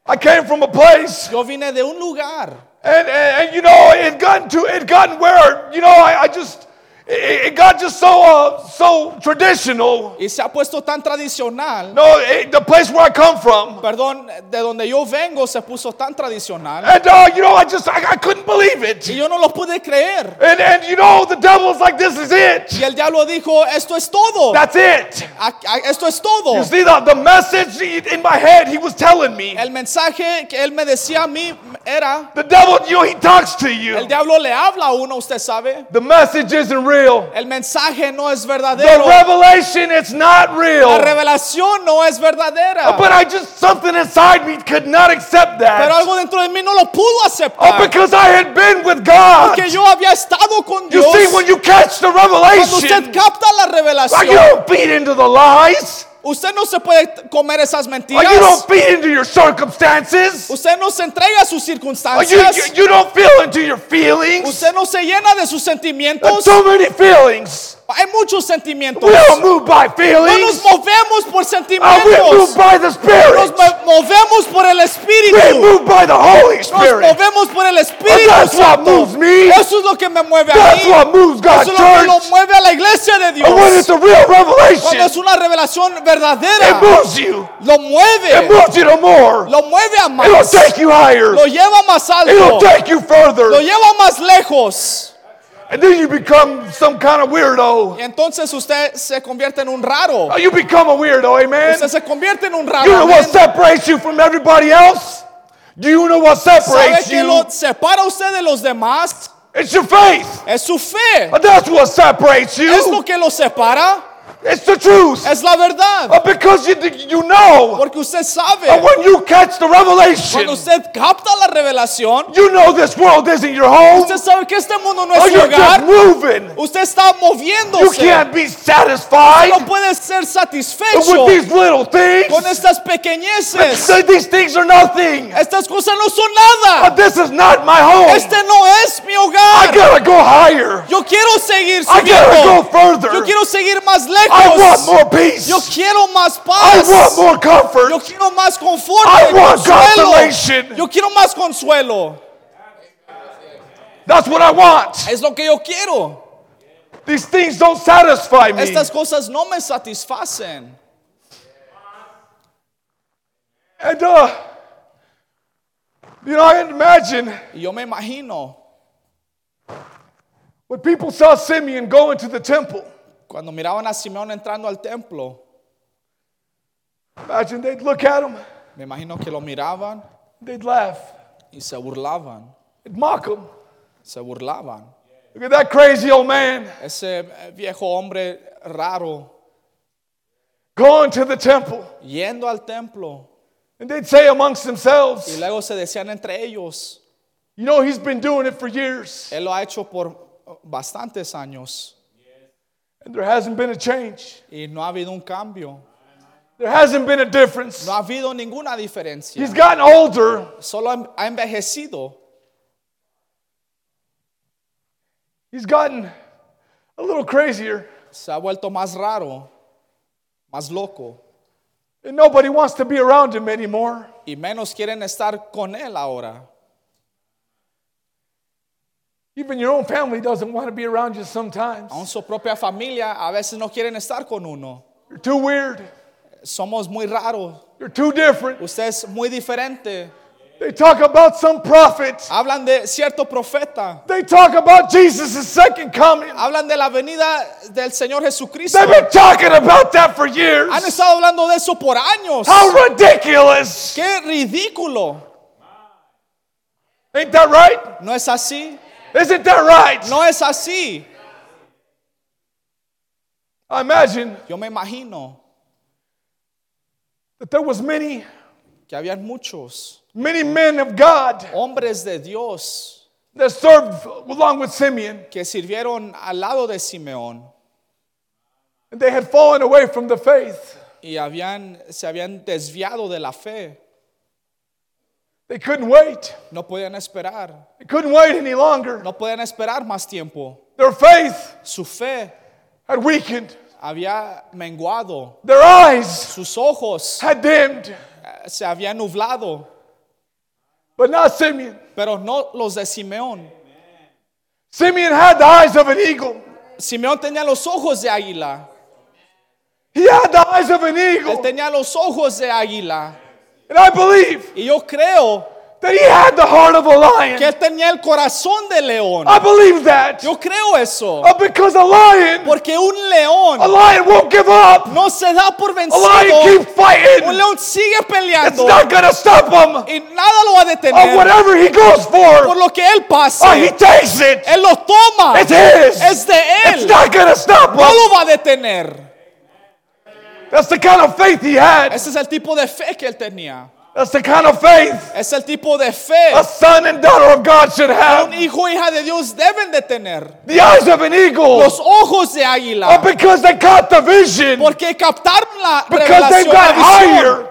S3: I came from a place,
S2: Yo vine de un lugar
S3: and, and, and, you know, it gotten to it gotten where you know I, I just it, it got just so uh, so traditional.
S2: y se ha puesto tan tradicional.
S3: No, it, the place where I come from,
S2: Perdón, de donde yo vengo se puso tan tradicional.
S3: and uh, you know, I just I, I couldn't believe it.
S2: Y yo no lo pude creer.
S3: And and you know, the devil's like, this is it.
S2: Y el diablo dijo, esto es todo.
S3: That's it.
S2: A- a- Esto es todo.
S3: You see the the message in my head he was telling me.
S2: El mensaje que él me decía a mí era,
S3: The devil, you know, he talks to
S2: el
S3: you.
S2: diablo le habla a uno, usted sabe.
S3: The message isn't real.
S2: El mensaje no es
S3: The
S2: verdadero.
S3: revelation, it's not
S2: La
S3: real.
S2: revelación no es verdadera.
S3: But I just something inside me could not accept
S2: Pero
S3: that.
S2: algo dentro de mí no lo pudo
S3: Oh,
S2: aceptar.
S3: because I had been with God.
S2: Porque yo había estado con
S3: You
S2: Dios.
S3: see, when you catch the
S2: Cuando usted
S3: revelation,
S2: capta la
S3: like you
S2: revelación,
S3: don't feed into the lies,
S2: usted no se puede comer esas
S3: like you
S2: mentiras.
S3: don't feed into your circumstances,
S2: Usted no se entrega a sus
S3: or you,
S2: circunstancias.
S3: you, you don't feel into your feelings.
S2: Usted no se llena de sus
S3: There's
S2: sentimientos.
S3: so many feelings.
S2: Hay muchos sentimientos.
S3: We don't move by
S2: No nos
S3: feelings.
S2: movemos por
S3: Uh, we move
S2: sentimientos.
S3: by the
S2: Nos
S3: Spirit.
S2: mo- movemos por el
S3: We
S2: Espíritu.
S3: move by the Holy
S2: Nos
S3: Spirit.
S2: movemos por el
S3: And
S2: Espíritu
S3: that's what
S2: Santo.
S3: moves me.
S2: Eso es lo que me mueve a mí.
S3: That's what moves God's
S2: Eso es lo que lo
S3: church.
S2: mueve a la iglesia de
S3: And when
S2: Dios.
S3: it's a real
S2: Cuando es
S3: revelation,
S2: una revelación
S3: it
S2: verdadera,
S3: moves you.
S2: lo
S3: It
S2: mueve,
S3: moves you to more.
S2: lo mueve a más,
S3: It'll take you higher.
S2: lo lleva más
S3: It'll
S2: alto,
S3: take
S2: lo
S3: you further.
S2: lleva más lejos.
S3: And then you become some kind of weirdo.
S2: Y entonces usted se convierte en un raro.
S3: Oh, You become a weirdo, amen?
S2: Usted se convierte en un
S3: You
S2: raro.
S3: know what
S2: amén.
S3: separates you from everybody else? Do you know what
S2: ¿Sabe
S3: separates
S2: que
S3: you?
S2: lo separa usted de los demás?
S3: It's your faith.
S2: Es su fe.
S3: And That's what separates
S2: Es lo
S3: you.
S2: que lo separa.
S3: It's the truth.
S2: Es la verdad.
S3: Uh, Because you, you know.
S2: Porque usted sabe.
S3: And when you catch the revelation,
S2: Cuando usted capta la revelación,
S3: you know this world isn't your home.
S2: usted sabe que este mundo no
S3: Oh,
S2: es su
S3: you're just
S2: hogar.
S3: moving.
S2: Usted está
S3: You
S2: moviéndose.
S3: can't be satisfied
S2: No puede ser satisfecho
S3: with these little
S2: con
S3: things.
S2: estas pequeñeces.
S3: Say These things are nothing.
S2: Estas cosas no son
S3: But
S2: nada.
S3: this is not my home.
S2: Este no es mi
S3: I
S2: hogar.
S3: gotta go higher.
S2: Yo quiero seguir
S3: I gotta go
S2: subiendo. Yo
S3: further.
S2: quiero seguir más
S3: I want
S2: lejos.
S3: more peace.
S2: Yo quiero más
S3: I
S2: paz.
S3: want more comfort.
S2: Yo quiero más confort.
S3: I
S2: y
S3: want
S2: consuelo.
S3: consolation.
S2: Yo quiero más consuelo.
S3: That's what I want.
S2: Es lo que yo quiero.
S3: These things don't satisfy me.
S2: Estas cosas no me satisfacen.
S3: And uh, you know, I imagine
S2: Y yo me imagino
S3: when people saw Simeon go into the temple,
S2: cuando miraban a Simeón entrando al templo,
S3: imagine they'd look at him,
S2: me imagino que lo miraban
S3: they'd laugh,
S2: y se burlaban.
S3: they'd mock him.
S2: Se burlaban.
S3: Look at that crazy old man
S2: Ese eh, viejo hombre raro
S3: going to the temple.
S2: yendo al templo.
S3: And they'd say amongst
S2: Y
S3: themselves,
S2: luego se decían entre ellos,
S3: you know, he's been doing it for years,
S2: Él lo ha hecho por oh, bastantes años
S3: and there hasn't been a change.
S2: y no ha habido un cambio.
S3: There hasn't been a difference.
S2: No ha habido ninguna diferencia.
S3: He's gotten older.
S2: Solo ha- ha envejecido.
S3: He's gotten a little crazier.
S2: Se ha vuelto más raro, más loco.
S3: And nobody wants to be around him anymore.
S2: Y menos quieren estar con él ahora.
S3: Even your own family doesn't want to be around you sometimes.
S2: Aún su propia familia a veces no quieren estar con uno.
S3: You're too weird.
S2: Somos muy raros.
S3: You're too different.
S2: Usted es muy diferente.
S3: They talk about some prophet.
S2: Hablan de cierto profeta.
S3: They talk about Jesus' second coming.
S2: Hablan de la venida del Señor Jesucristo.
S3: They've been talking about that for years.
S2: Han estado hablando de eso por años.
S3: How ridiculous.
S2: ¡Qué ridículo!
S3: Ain't that right?
S2: No es así.
S3: Isn't that right?
S2: No es así.
S3: I imagine
S2: Yo me imagino
S3: that there was many,
S2: que habían muchos
S3: many men of God
S2: hombres de Dios
S3: that served along with Simeon.
S2: que sirvieron al lado de Simeón
S3: And they had fallen away from the faith.
S2: y habían, se habían desviado de la fe.
S3: They couldn't wait.
S2: No podían esperar.
S3: They couldn't wait any longer.
S2: No podían esperar más tiempo.
S3: Their faith
S2: Su fe
S3: had weakened.
S2: había menguado.
S3: Their eyes
S2: Sus ojos
S3: had dimmed.
S2: eh, se habían nublado.
S3: But not Simeon.
S2: Pero no los de Simeón.
S3: Simeon had the eyes of an eagle.
S2: Simeón tenía los ojos de águila.
S3: He had the eyes of an
S2: Él
S3: eagle.
S2: tenía los ojos de águila.
S3: And I believe
S2: Y yo creo
S3: that he had the heart of a
S2: que
S3: lion.
S2: él tenía el corazón de león.
S3: I believe that.
S2: Yo creo eso.
S3: Uh, Because a lion,
S2: Porque un
S3: a
S2: león
S3: lion won't give up.
S2: no se da por
S3: A lion
S2: vencido.
S3: keeps
S2: Un
S3: fighting.
S2: león sigue
S3: It's
S2: peleando
S3: not going to stop him.
S2: y nada lo va a
S3: Of
S2: detener.
S3: whatever he goes
S2: Por
S3: for,
S2: lo que él pasa,
S3: oh, he
S2: él
S3: takes it.
S2: lo toma.
S3: It's his.
S2: Es de
S3: It's
S2: él.
S3: not going to stop
S2: No
S3: him.
S2: lo va a detener.
S3: That's the kind of faith he had.
S2: Ese es el tipo de fe que él tenía.
S3: That's the kind of faith
S2: Es el tipo de fe
S3: a son and daughter of God should
S2: que un
S3: have.
S2: hijo e hija de Dios deben de tener.
S3: The eyes of an eagle
S2: Los ojos de
S3: are
S2: águila.
S3: because they caught the vision.
S2: Porque captaron la
S3: Because they've
S2: revelación, la
S3: got
S2: visión.
S3: higher.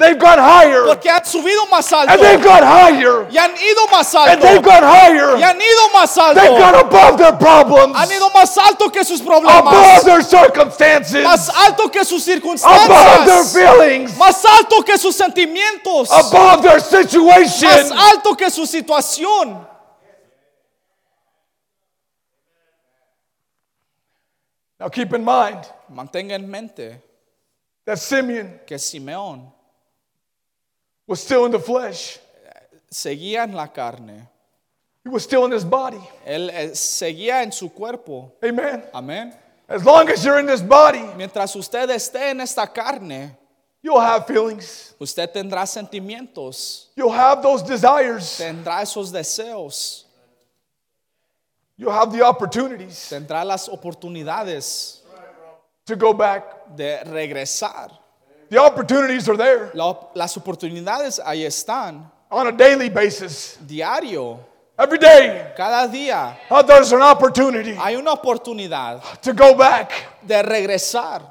S3: They've got higher.
S2: Porque han subido más
S3: And
S2: alto.
S3: they've got higher.
S2: Y han ido más
S3: And they've
S2: alto.
S3: got
S2: Y
S3: higher.
S2: han ido más alto.
S3: They've got above their
S2: Han
S3: problems.
S2: ido más alto que sus
S3: Above
S2: problemas.
S3: their circumstances.
S2: Más alto que sus
S3: Above their
S2: circunstancias.
S3: feelings.
S2: Más alto que sus sentimientos.
S3: Above their
S2: Más
S3: situation.
S2: alto que su situación.
S3: Now keep in mind
S2: Mantenga en mente
S3: that Simeon
S2: que Simeón
S3: was still in the flesh.
S2: seguía en la carne.
S3: He was still in his body.
S2: Él eh, seguía en su cuerpo.
S3: Amen.
S2: Amén.
S3: As long as you're in this body,
S2: Mientras usted esté en esta carne,
S3: you'll have feelings.
S2: usted tendrá sentimientos,
S3: You'll have those desires.
S2: tendrá esos deseos,
S3: You'll have the opportunities
S2: tendrá las oportunidades
S3: to go back.
S2: de regresar.
S3: The opportunities are there
S2: La op- las oportunidades ahí están,
S3: on a daily basis.
S2: diario,
S3: Every day,
S2: cada día.
S3: uh, there's an opportunity
S2: Hay una oportunidad
S3: to go back
S2: de regresar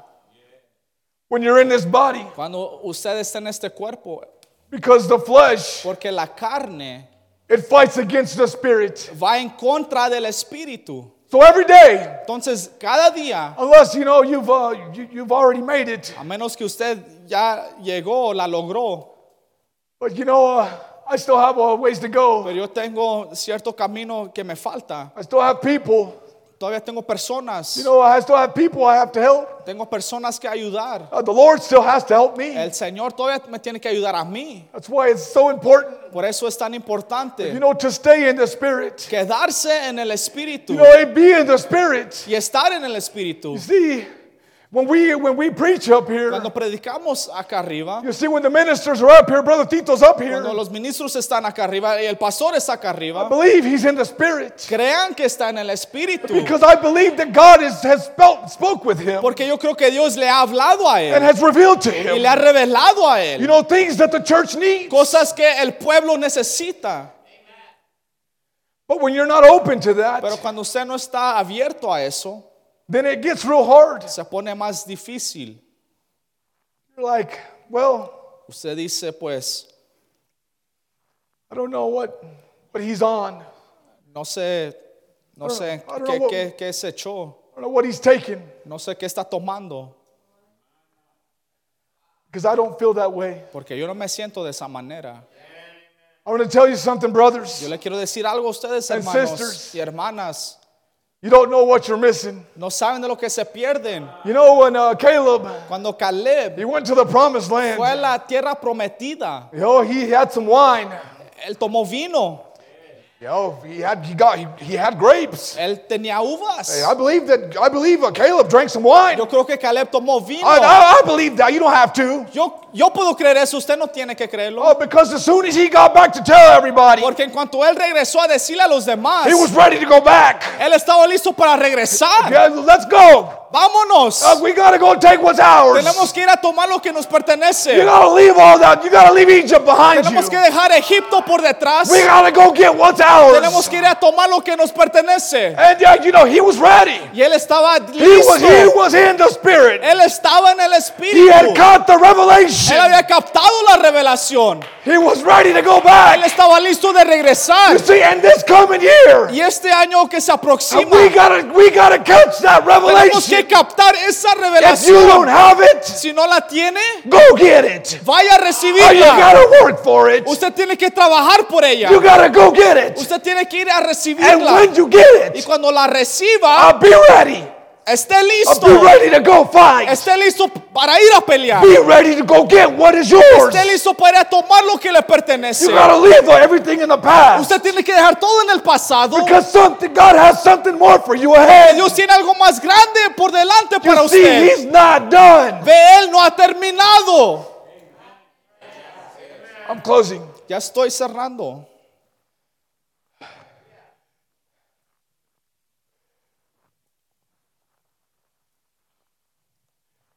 S3: when you're in this body
S2: cuando usted está en este cuerpo,
S3: because the flesh,
S2: porque la carne
S3: it fights against the spirit.
S2: va en contra del espíritu.
S3: So every day,
S2: Entonces, cada día,
S3: unless you know you've uh, you, you've already made it,
S2: a menos que usted ya llegó o la logró,
S3: but you know uh, I still have a ways to go.
S2: pero yo tengo cierto camino que me falta.
S3: I still have people.
S2: Todavía tengo personas,
S3: You know I still have people I have to help.
S2: tengo personas que ayudar.
S3: Uh, the Lord still has to help me.
S2: El Señor todavía me tiene que ayudar a mí.
S3: That's why it's so important,
S2: Por eso es tan importante
S3: you know, to stay in the spirit.
S2: quedarse en el Espíritu
S3: You know, be in the spirit.
S2: y estar en el Espíritu.
S3: You see, when we when we preach up here,
S2: Cuando predicamos acá arriba,
S3: you see, when the ministers are up here, Brother Tito's up
S2: cuando
S3: here.
S2: los ministros están acá arriba y el pastor está acá
S3: I
S2: arriba,
S3: believe he's in the spirit
S2: crean que está en el Espíritu.
S3: because I believe that God is, has spelt, spoke with him
S2: Porque yo creo que Dios le ha hablado a él
S3: and has revealed to
S2: y le ha
S3: him.
S2: revelado a él
S3: You know, things that the church needs.
S2: cosas que el pueblo necesita.
S3: But when you're not open to
S2: Pero
S3: that,
S2: cuando usted no está abierto a eso,
S3: then it gets real hard.
S2: se pone más difícil.
S3: You're like, well,
S2: Usted dice, pues,
S3: I don't know what what he's on. I
S2: no sé, no sé
S3: I don't
S2: qué,
S3: know
S2: qué-
S3: what-
S2: qué se echó,
S3: don't know what he's taking
S2: no sé qué está tomando,
S3: because I don't feel that way.
S2: porque yo no me siento de esa manera.
S3: I want to tell you something, brothers.
S2: Yo le quiero decir algo a ustedes,
S3: And
S2: hermanos
S3: sisters.
S2: y hermanas.
S3: You don't know what you're missing.
S2: No saben de lo que se pierden.
S3: You know, when uh, Caleb
S2: Cuando Caleb
S3: he went to the promised land,
S2: fue a la tierra prometida,
S3: you know, he had some wine.
S2: él tomó vino,
S3: You know, he had he got he, he had grapes.
S2: él tenía uvas.
S3: Hey, I believe that I believe uh, Caleb drank some wine.
S2: Yo creo que Caleb tomó vino.
S3: I, I, I believe that. You don't have to.
S2: Yo, yo puedo creer eso, usted no tiene que creerlo.
S3: Oh, because as soon as he got back to tell everybody,
S2: Porque en cuanto él regresó a decirle a los demás,
S3: he was ready to go back.
S2: él estaba listo para regresar.
S3: Yeah, let's go.
S2: Vámonos.
S3: Uh, we gotta go take what's ours.
S2: Tenemos que ir a tomar lo que nos
S3: You
S2: pertenece.
S3: gotta leave all that. You gotta leave Egypt behind you.
S2: Tenemos que dejar Egipto por detrás.
S3: We gotta go get what's ours.
S2: Tenemos que ir a tomar lo que nos pertenece.
S3: And uh, you know, he was ready.
S2: Y él estaba
S3: He was, he
S2: listo.
S3: was in the spirit.
S2: Él estaba en el
S3: He
S2: Espíritu.
S3: had caught the
S2: Él
S3: revelation.
S2: había captado la revelación.
S3: He was ready to go
S2: Él
S3: back.
S2: estaba listo de regresar.
S3: You see, and this coming year,
S2: Y este año que se
S3: and
S2: aproxima,
S3: we gotta we gotta catch that
S2: tenemos que
S3: revelation.
S2: captar esa
S3: If you don't
S2: revelación.
S3: have it,
S2: Si no la tiene,
S3: go get it.
S2: vaya a
S3: Or Oh, you
S2: recibirla.
S3: gotta work for it.
S2: Usted tiene que trabajar por ella.
S3: You gotta go get it.
S2: Usted tiene que ir a
S3: And
S2: recibirla.
S3: when you get
S2: Y
S3: it,
S2: cuando la reciba,
S3: I'll be ready.
S2: esté
S3: I'll
S2: listo.
S3: be ready to go fight.
S2: Esté listo para ir a pelear.
S3: Be ready to go get what is yours.
S2: Esté listo para ir a tomar lo que le pertenece.
S3: You gotta leave everything in the past.
S2: Usted tiene que dejar todo en el pasado.
S3: Because something God has something more for you ahead.
S2: Dios tiene algo más grande por delante para
S3: You see,
S2: usted.
S3: He's not done.
S2: Ve, Él no ha terminado.
S3: I'm closing.
S2: Ya estoy cerrando.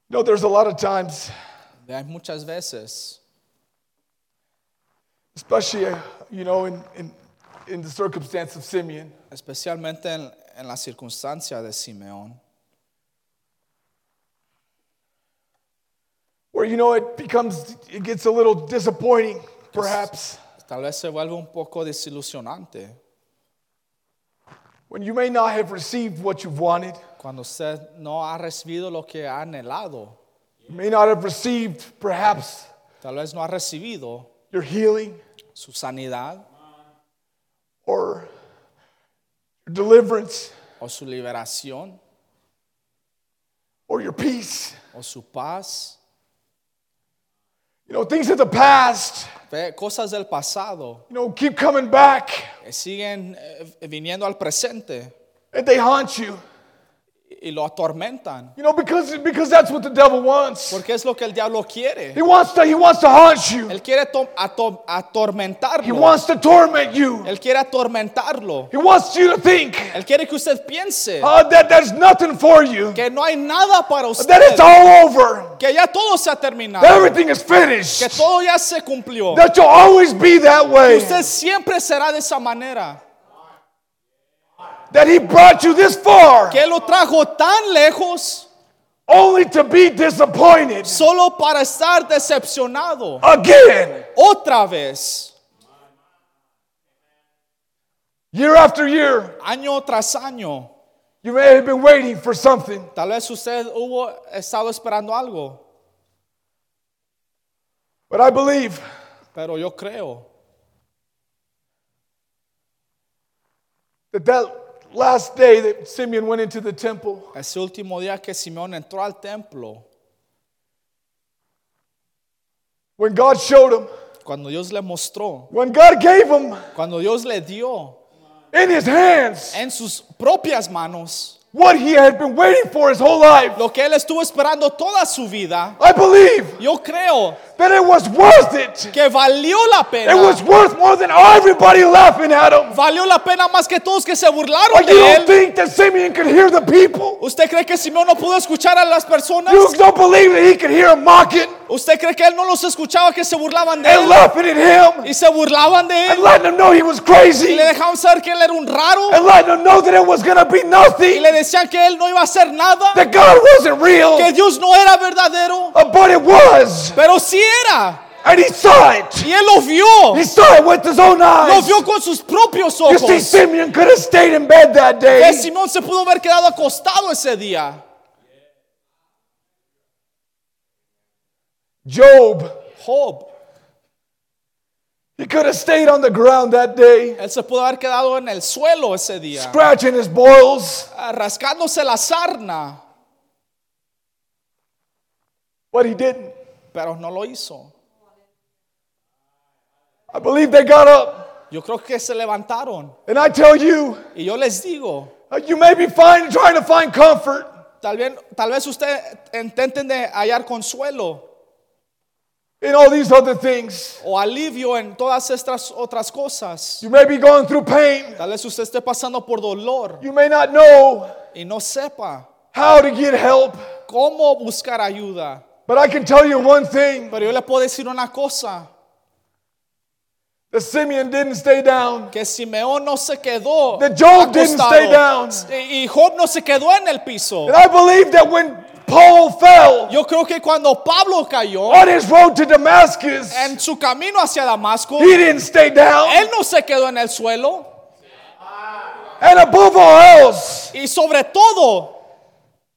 S3: You know, there's a lot of times,
S2: Hay muchas veces,
S3: especially uh, you know, in, in in the circumstance of Simeon,
S2: especialmente en, en la circunstancia de Simeón,
S3: where you know it becomes it gets a little disappointing, perhaps,
S2: tal vez se vuelve un poco desilusionante
S3: when you may not have received what you've wanted,
S2: cuando usted no ha recibido lo que ha anhelado.
S3: you may not have received perhaps
S2: Tal vez no ha recibido
S3: your healing
S2: su sanidad
S3: or your deliverance
S2: o su liberación
S3: or your peace.
S2: o su paz.
S3: You know, things of the past,
S2: Ve, Cosas del pasado
S3: you know, keep coming back
S2: que siguen eh, viniendo al presente
S3: and they haunt you.
S2: y lo atormentan.
S3: You know, because because that's what the devil wants.
S2: Porque es lo que el diablo quiere.
S3: He wants to he wants to haunt you.
S2: Él quiere to- ato-
S3: He
S2: atormentarlo.
S3: wants to torment you.
S2: Él quiere atormentarlo.
S3: He wants you to think
S2: Él quiere que usted piense
S3: uh, that there's nothing for you.
S2: que no hay nada para
S3: That
S2: usted.
S3: it's all over.
S2: Que ya todo se ha terminado.
S3: Everything is
S2: Que
S3: finished.
S2: todo ya se cumplió.
S3: That you'll always be that way.
S2: Usted siempre será de esa manera.
S3: That he brought you this far
S2: Que Él lo trajo tan lejos
S3: only to be disappointed
S2: solo para estar decepcionado.
S3: again.
S2: Otra vez,
S3: Year after year,
S2: año tras año,
S3: You may have been waiting for something.
S2: Tal vez usted hubo estado esperando algo,
S3: But I believe
S2: pero yo creo
S3: that that last day that Simeon went into the temple,
S2: ese último día que Simeón entró al templo,
S3: when God showed him,
S2: cuando Dios le mostró,
S3: when God gave him
S2: cuando Dios le dio
S3: in his hands
S2: en sus propias manos
S3: what he had been waiting for his whole life,
S2: lo que él estuvo esperando toda su vida,
S3: I believe
S2: yo creo
S3: that it was worth it.
S2: que valió la
S3: It
S2: pena.
S3: was worth more than everybody laughing at him.
S2: Valió la pena más que todos que se burlaron
S3: But
S2: de
S3: you don't
S2: él.
S3: think that Simeon could hear the people?
S2: ¿Usted cree que Simeón no pudo escuchar a las personas?
S3: You don't believe that he could hear him mocking
S2: ¿Usted cree que él no los escuchaba que se burlaban de él?
S3: and laughing at him
S2: Y se burlaban de
S3: and
S2: él.
S3: letting him know he was
S2: Y
S3: crazy
S2: le dejaban saber que él era un raro.
S3: and letting him know that it was going to be
S2: Y
S3: nothing,
S2: le decían que él no iba a hacer nada.
S3: that God wasn't real,
S2: Que Dios no era verdadero.
S3: uh, but it was.
S2: Pero sí era.
S3: And he saw it.
S2: Y él lo vio.
S3: He saw it with his own
S2: Lo
S3: eyes.
S2: vio con sus propios
S3: You
S2: ojos.
S3: see, Simeon could have stayed in bed that
S2: Que
S3: day.
S2: Simón se pudo haber quedado acostado ese día.
S3: Job,
S2: Job.
S3: he could have stayed on the ground that day,
S2: Él se pudo haber quedado en el suelo ese día.
S3: scratching his boils,
S2: Rascándose la sarna.
S3: but he didn't.
S2: Pero no lo hizo.
S3: I believe they got up.
S2: Yo creo que se levantaron.
S3: And I tell you,
S2: Y yo les digo.
S3: Uh, You may be fine trying to find comfort,
S2: Tal vez, tal vez usted intenten de hallar consuelo
S3: in all these other things.
S2: o alivio en todas estas otras cosas.
S3: You may be going through pain.
S2: Tal vez usted esté pasando por dolor
S3: You may not know
S2: y no sepa
S3: how to get help.
S2: cómo buscar ayuda.
S3: But I can tell you one thing
S2: Pero yo le puedo decir una cosa,
S3: that Simeon didn't stay down.
S2: que Simeón no se quedó
S3: That Job didn't
S2: acostado.
S3: stay down.
S2: y y Job no se quedó en el piso.
S3: And I believe that when Paul fell
S2: Yo creo que cuando Pablo cayó
S3: on his road to Damascus,
S2: en su camino hacia Damasco,
S3: he didn't stay down.
S2: él no se quedó en el suelo
S3: And above all else,
S2: y sobre todo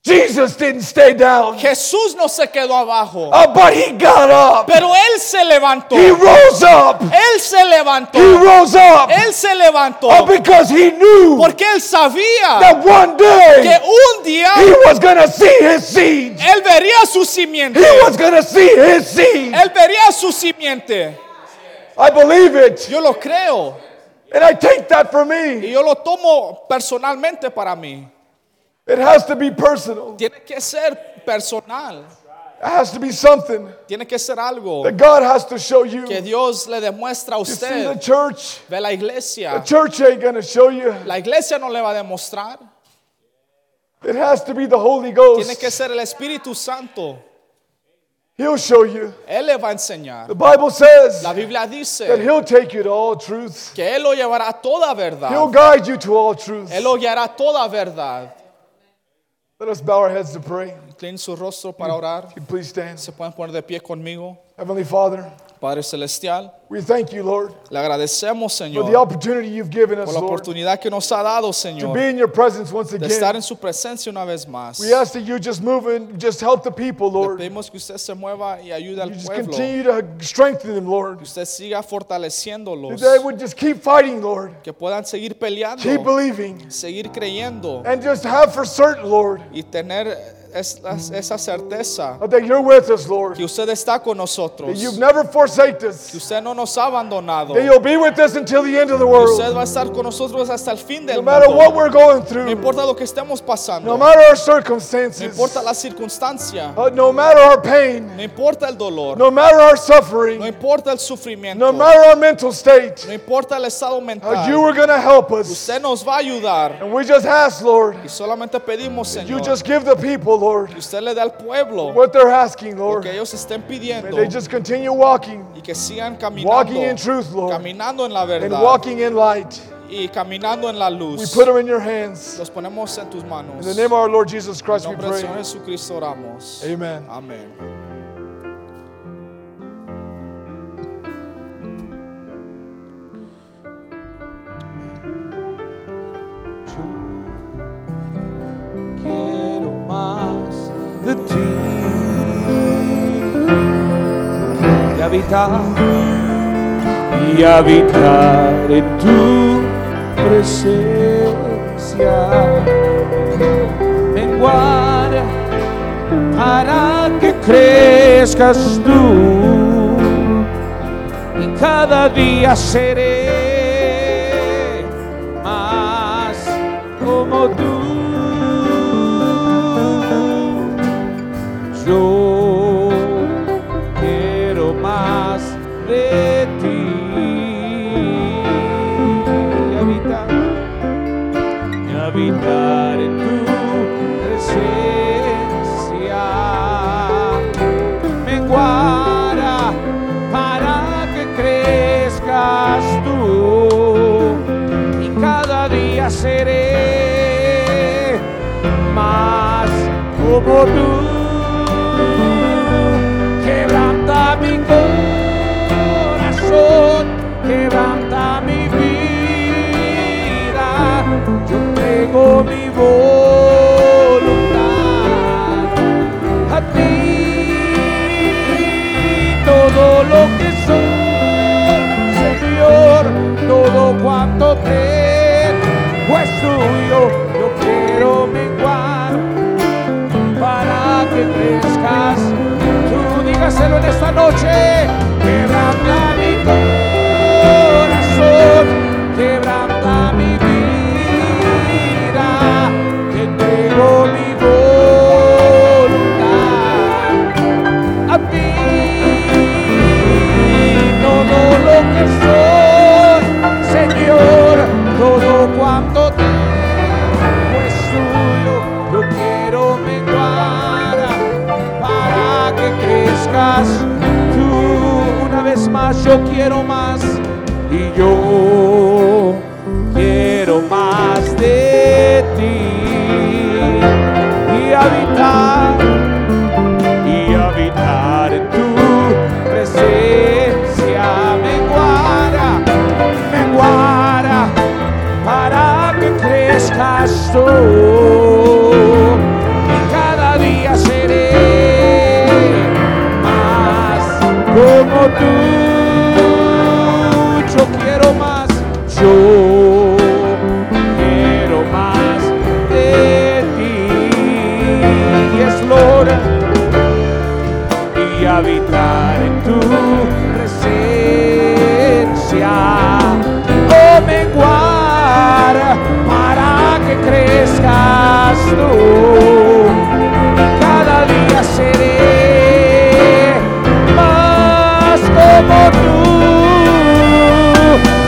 S3: Jesus didn't stay down.
S2: Jesús no se quedó abajo.
S3: Uh, but he got up.
S2: Pero él se levantó.
S3: He rose up.
S2: Él se levantó.
S3: He rose up.
S2: Él se levantó.
S3: Uh, because he knew
S2: Porque él sabía
S3: that one day
S2: que un día
S3: He was gonna see his seed.
S2: él vería su
S3: He
S2: simiente.
S3: was gonna see his seed.
S2: Él vería su simiente.
S3: I believe it.
S2: Yo lo creo.
S3: And I take that for
S2: Y
S3: me.
S2: yo lo tomo personalmente para mí.
S3: It has to be personal.
S2: Tiene que ser personal.
S3: It has to be something
S2: Tiene que ser algo
S3: that God has to show you.
S2: que Dios le demuestra a
S3: You see, the
S2: usted.
S3: church,
S2: Ve la
S3: the
S2: iglesia.
S3: church ain't gonna show you.
S2: La iglesia no le va a demostrar.
S3: It has to be the Holy
S2: Tiene que
S3: Ghost.
S2: ser el Espíritu Santo.
S3: He'll show you.
S2: Él le va a enseñar.
S3: The Bible says
S2: La Biblia
S3: that
S2: dice
S3: He'll take you to all truth.
S2: que Él lo llevará a toda verdad.
S3: He'll guide you to all truth.
S2: Él lo guiará a toda verdad.
S3: Let us bow our heads to pray.
S2: Inclinen su rostro para orar.
S3: If you please stand.
S2: Se pueden poner de pie conmigo.
S3: Heavenly Father,
S2: Padre Celestial,
S3: we thank you, Lord,
S2: le agradecemos,
S3: for the
S2: Señor,
S3: opportunity you've given us,
S2: por la
S3: Lord.
S2: oportunidad que nos ha dado,
S3: to
S2: Señor,
S3: be in your presence once
S2: de estar
S3: again.
S2: en su presencia una vez más.
S3: We ask that you just move and just help the people, Lord. You
S2: Pedimos que usted se mueva y ayude al
S3: just
S2: pueblo.
S3: continue to strengthen them, Lord.
S2: Que usted siga fortaleciéndolos.
S3: That they would just keep fighting, Lord.
S2: Que puedan seguir peleando,
S3: Keep believing.
S2: seguir creyendo
S3: And just have for certain, Lord,
S2: y tener es- las- esa certeza
S3: that you're with us, Lord.
S2: que usted está con
S3: That
S2: nosotros.
S3: you've never forsaked
S2: Que
S3: us.
S2: usted no nos ha abandonado.
S3: That you'll be with us until the end of the
S2: Usted
S3: world.
S2: va a estar con nosotros hasta el fin del
S3: No matter
S2: mundo.
S3: what we're going
S2: No
S3: through,
S2: importa lo que estemos pasando.
S3: no matter our
S2: No
S3: circumstances,
S2: importa la circunstancia.
S3: uh, no matter our pain,
S2: No importa el dolor.
S3: no matter
S2: No
S3: our suffering,
S2: importa el sufrimiento.
S3: no matter our mental state,
S2: No importa el estado
S3: uh, you
S2: mental.
S3: are going to help us.
S2: Usted nos va a ayudar.
S3: And we just ask, Lord,
S2: Y solamente pedimos,
S3: You
S2: Señor,
S3: just give the people, Lord,
S2: que usted le dé al pueblo
S3: what they're asking,
S2: lo
S3: Lord.
S2: que ellos estén
S3: May
S2: pidiendo
S3: they just continue walking
S2: y que sigan
S3: walking in
S2: caminando,
S3: truth, Lord,
S2: caminando en la
S3: and
S2: verdad
S3: walking in light.
S2: y caminando en la
S3: We
S2: luz.
S3: put them in your hands.
S2: Los ponemos en tus
S3: In
S2: manos.
S3: the
S2: En
S3: name of our Lord Jesus Christ, we
S2: nombre del
S3: pray.
S2: Señor Jesucristo oramos.
S3: Amen.
S2: Amén.
S4: habitar y habitar en tu presencia. Menguar hará que crezcas tú y cada día seré más como tú. Yo quiero más de ti. Habitar, habitar en tu presencia. Menguara para que crezcas tú. Y cada día seré más como tú. Quebranta mi corazón, quebranta mi vida. Yo tengo mi voluntad a ti. Todo lo que soy, Señor, todo cuanto tengo es tuyo. Yo quiero menguar para que crezcas. Tú dígaselo en esta noche. Quebranta mi corazón, quebranta mi vida. Te entrego mi voluntad a ti. Todo lo que soy, Señor, todo cuanto tengo es tuyo. Yo Pues quiero menguar para que crezcas tú una vez más. Yo quiero más y yo quiero más de ti y habitar y habitar en tu presencia. Menguara, menguara, para que crezcas tú. Y cada día seré más como tú. Yo quiero más, yo quiero más de ti. Yes, Lord y habitar en tu presencia. Oh, menguar para que crezcas tú. Y Cada día seré más como tú.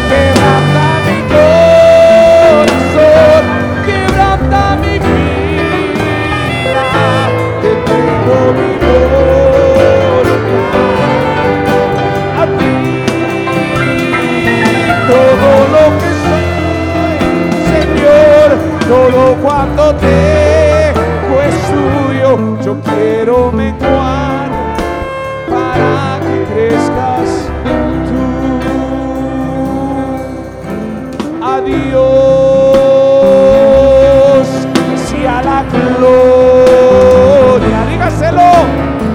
S4: Quebranta mi corazón, quebranta mi vida, te entrego mi voluntad a ti. Todo lo que soy, Señor, todo cuanto tengo es suyo. Yo quiero menguar para que crezcas tú. Adiós, sea la gloria, dígaselo,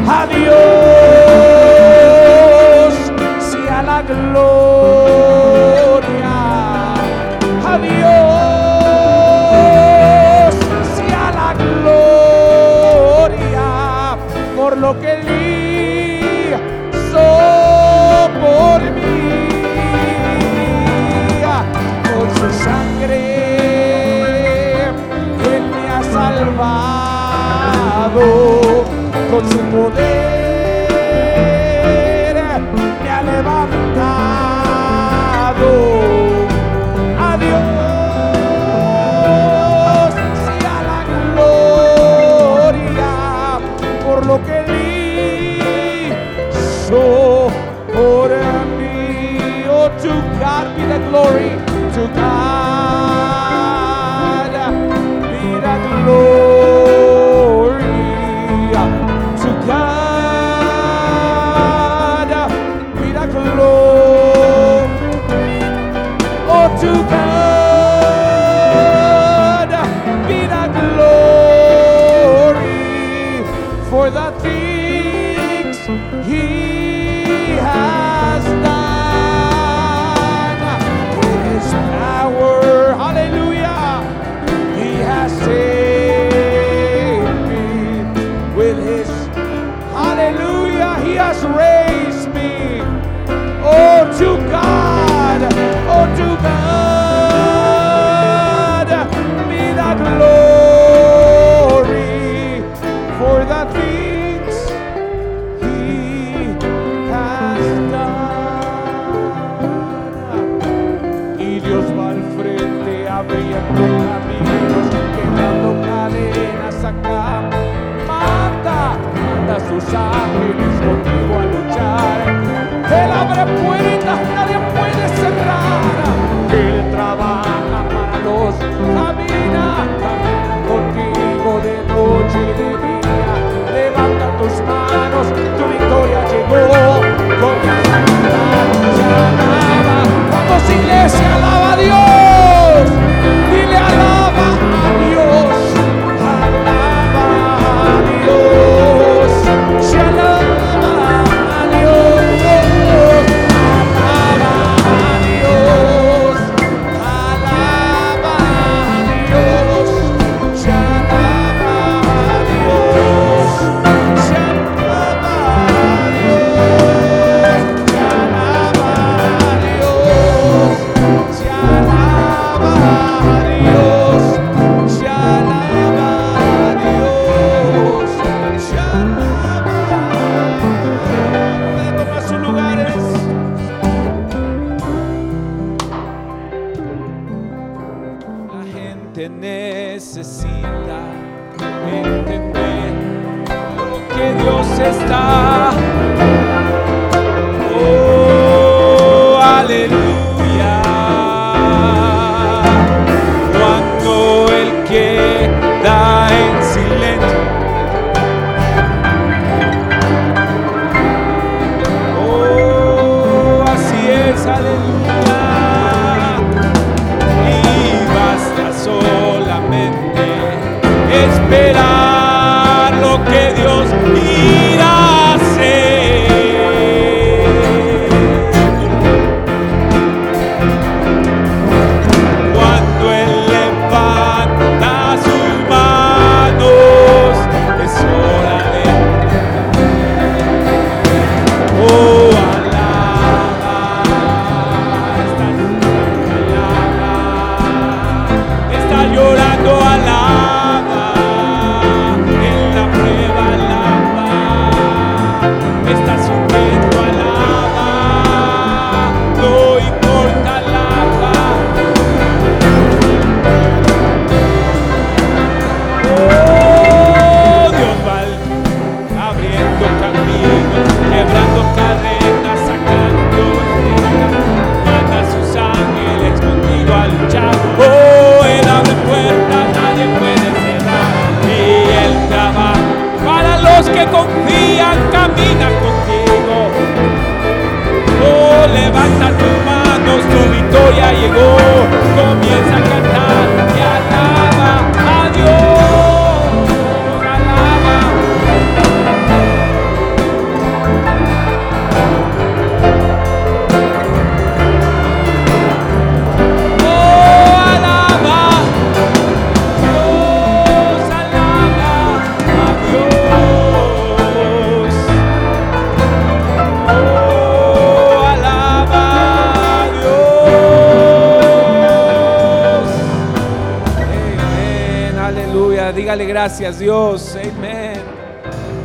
S4: adiós, sea la gloria, adiós, sea la gloria, por lo que él hizo por mí con su sangre Él me ha salvado con su poder me ha levantado adiós sea la gloria por lo que él hizo por mí oh to God be the glory to God be the glory to God be the glory Oh, to God be the glory for the things He has Oh, tiene puertas, nadie puede cerrar. Él trabaja para los, camina, camina contigo de noche y de día. Levanta tus manos, tu victoria llegó. Gloria a Dios, se alaba. Vamos iglesia, alaba a Dios. Dile alaba a Dios, alaba a Dios, se alaba a Dios, alaba a Dios, alaba a Dios, se alaba a Dios, se alaba a Dios. Se alaba a Dios, se alaba a Dios, se alaba a Dios, se alaba a Dios. Toma sus lugares. La gente necesita entender lo que Dios está. Oh, aleluya. Cuando Él queda en silencio. Oh, así es, aleluya y basta solamente esperar lo que Dios irá a hacer. Cuando Él levanta sus manos, es hora de... Oh, alaba, alaba, está llorando alaba, en la prueba alaba, está sufriendo alaba, no importa alaba. Oh, Dios vale abriendo caminos, quebrando cadenas, sacando manda a sus ángeles contigo a luchar. Oh, él abre puertas, nadie puede cerrar. Y él trabaja para los que confían, camina contigo. Oh, levanta tus manos, tu victoria llegó. Comienza a cantar y alaba a Dios. Alaba. Oh, alaba, Dios, alaba a Dios. Oh, alaba a Dios. Amén, aleluya. Dígale gracias, Dios. Amén.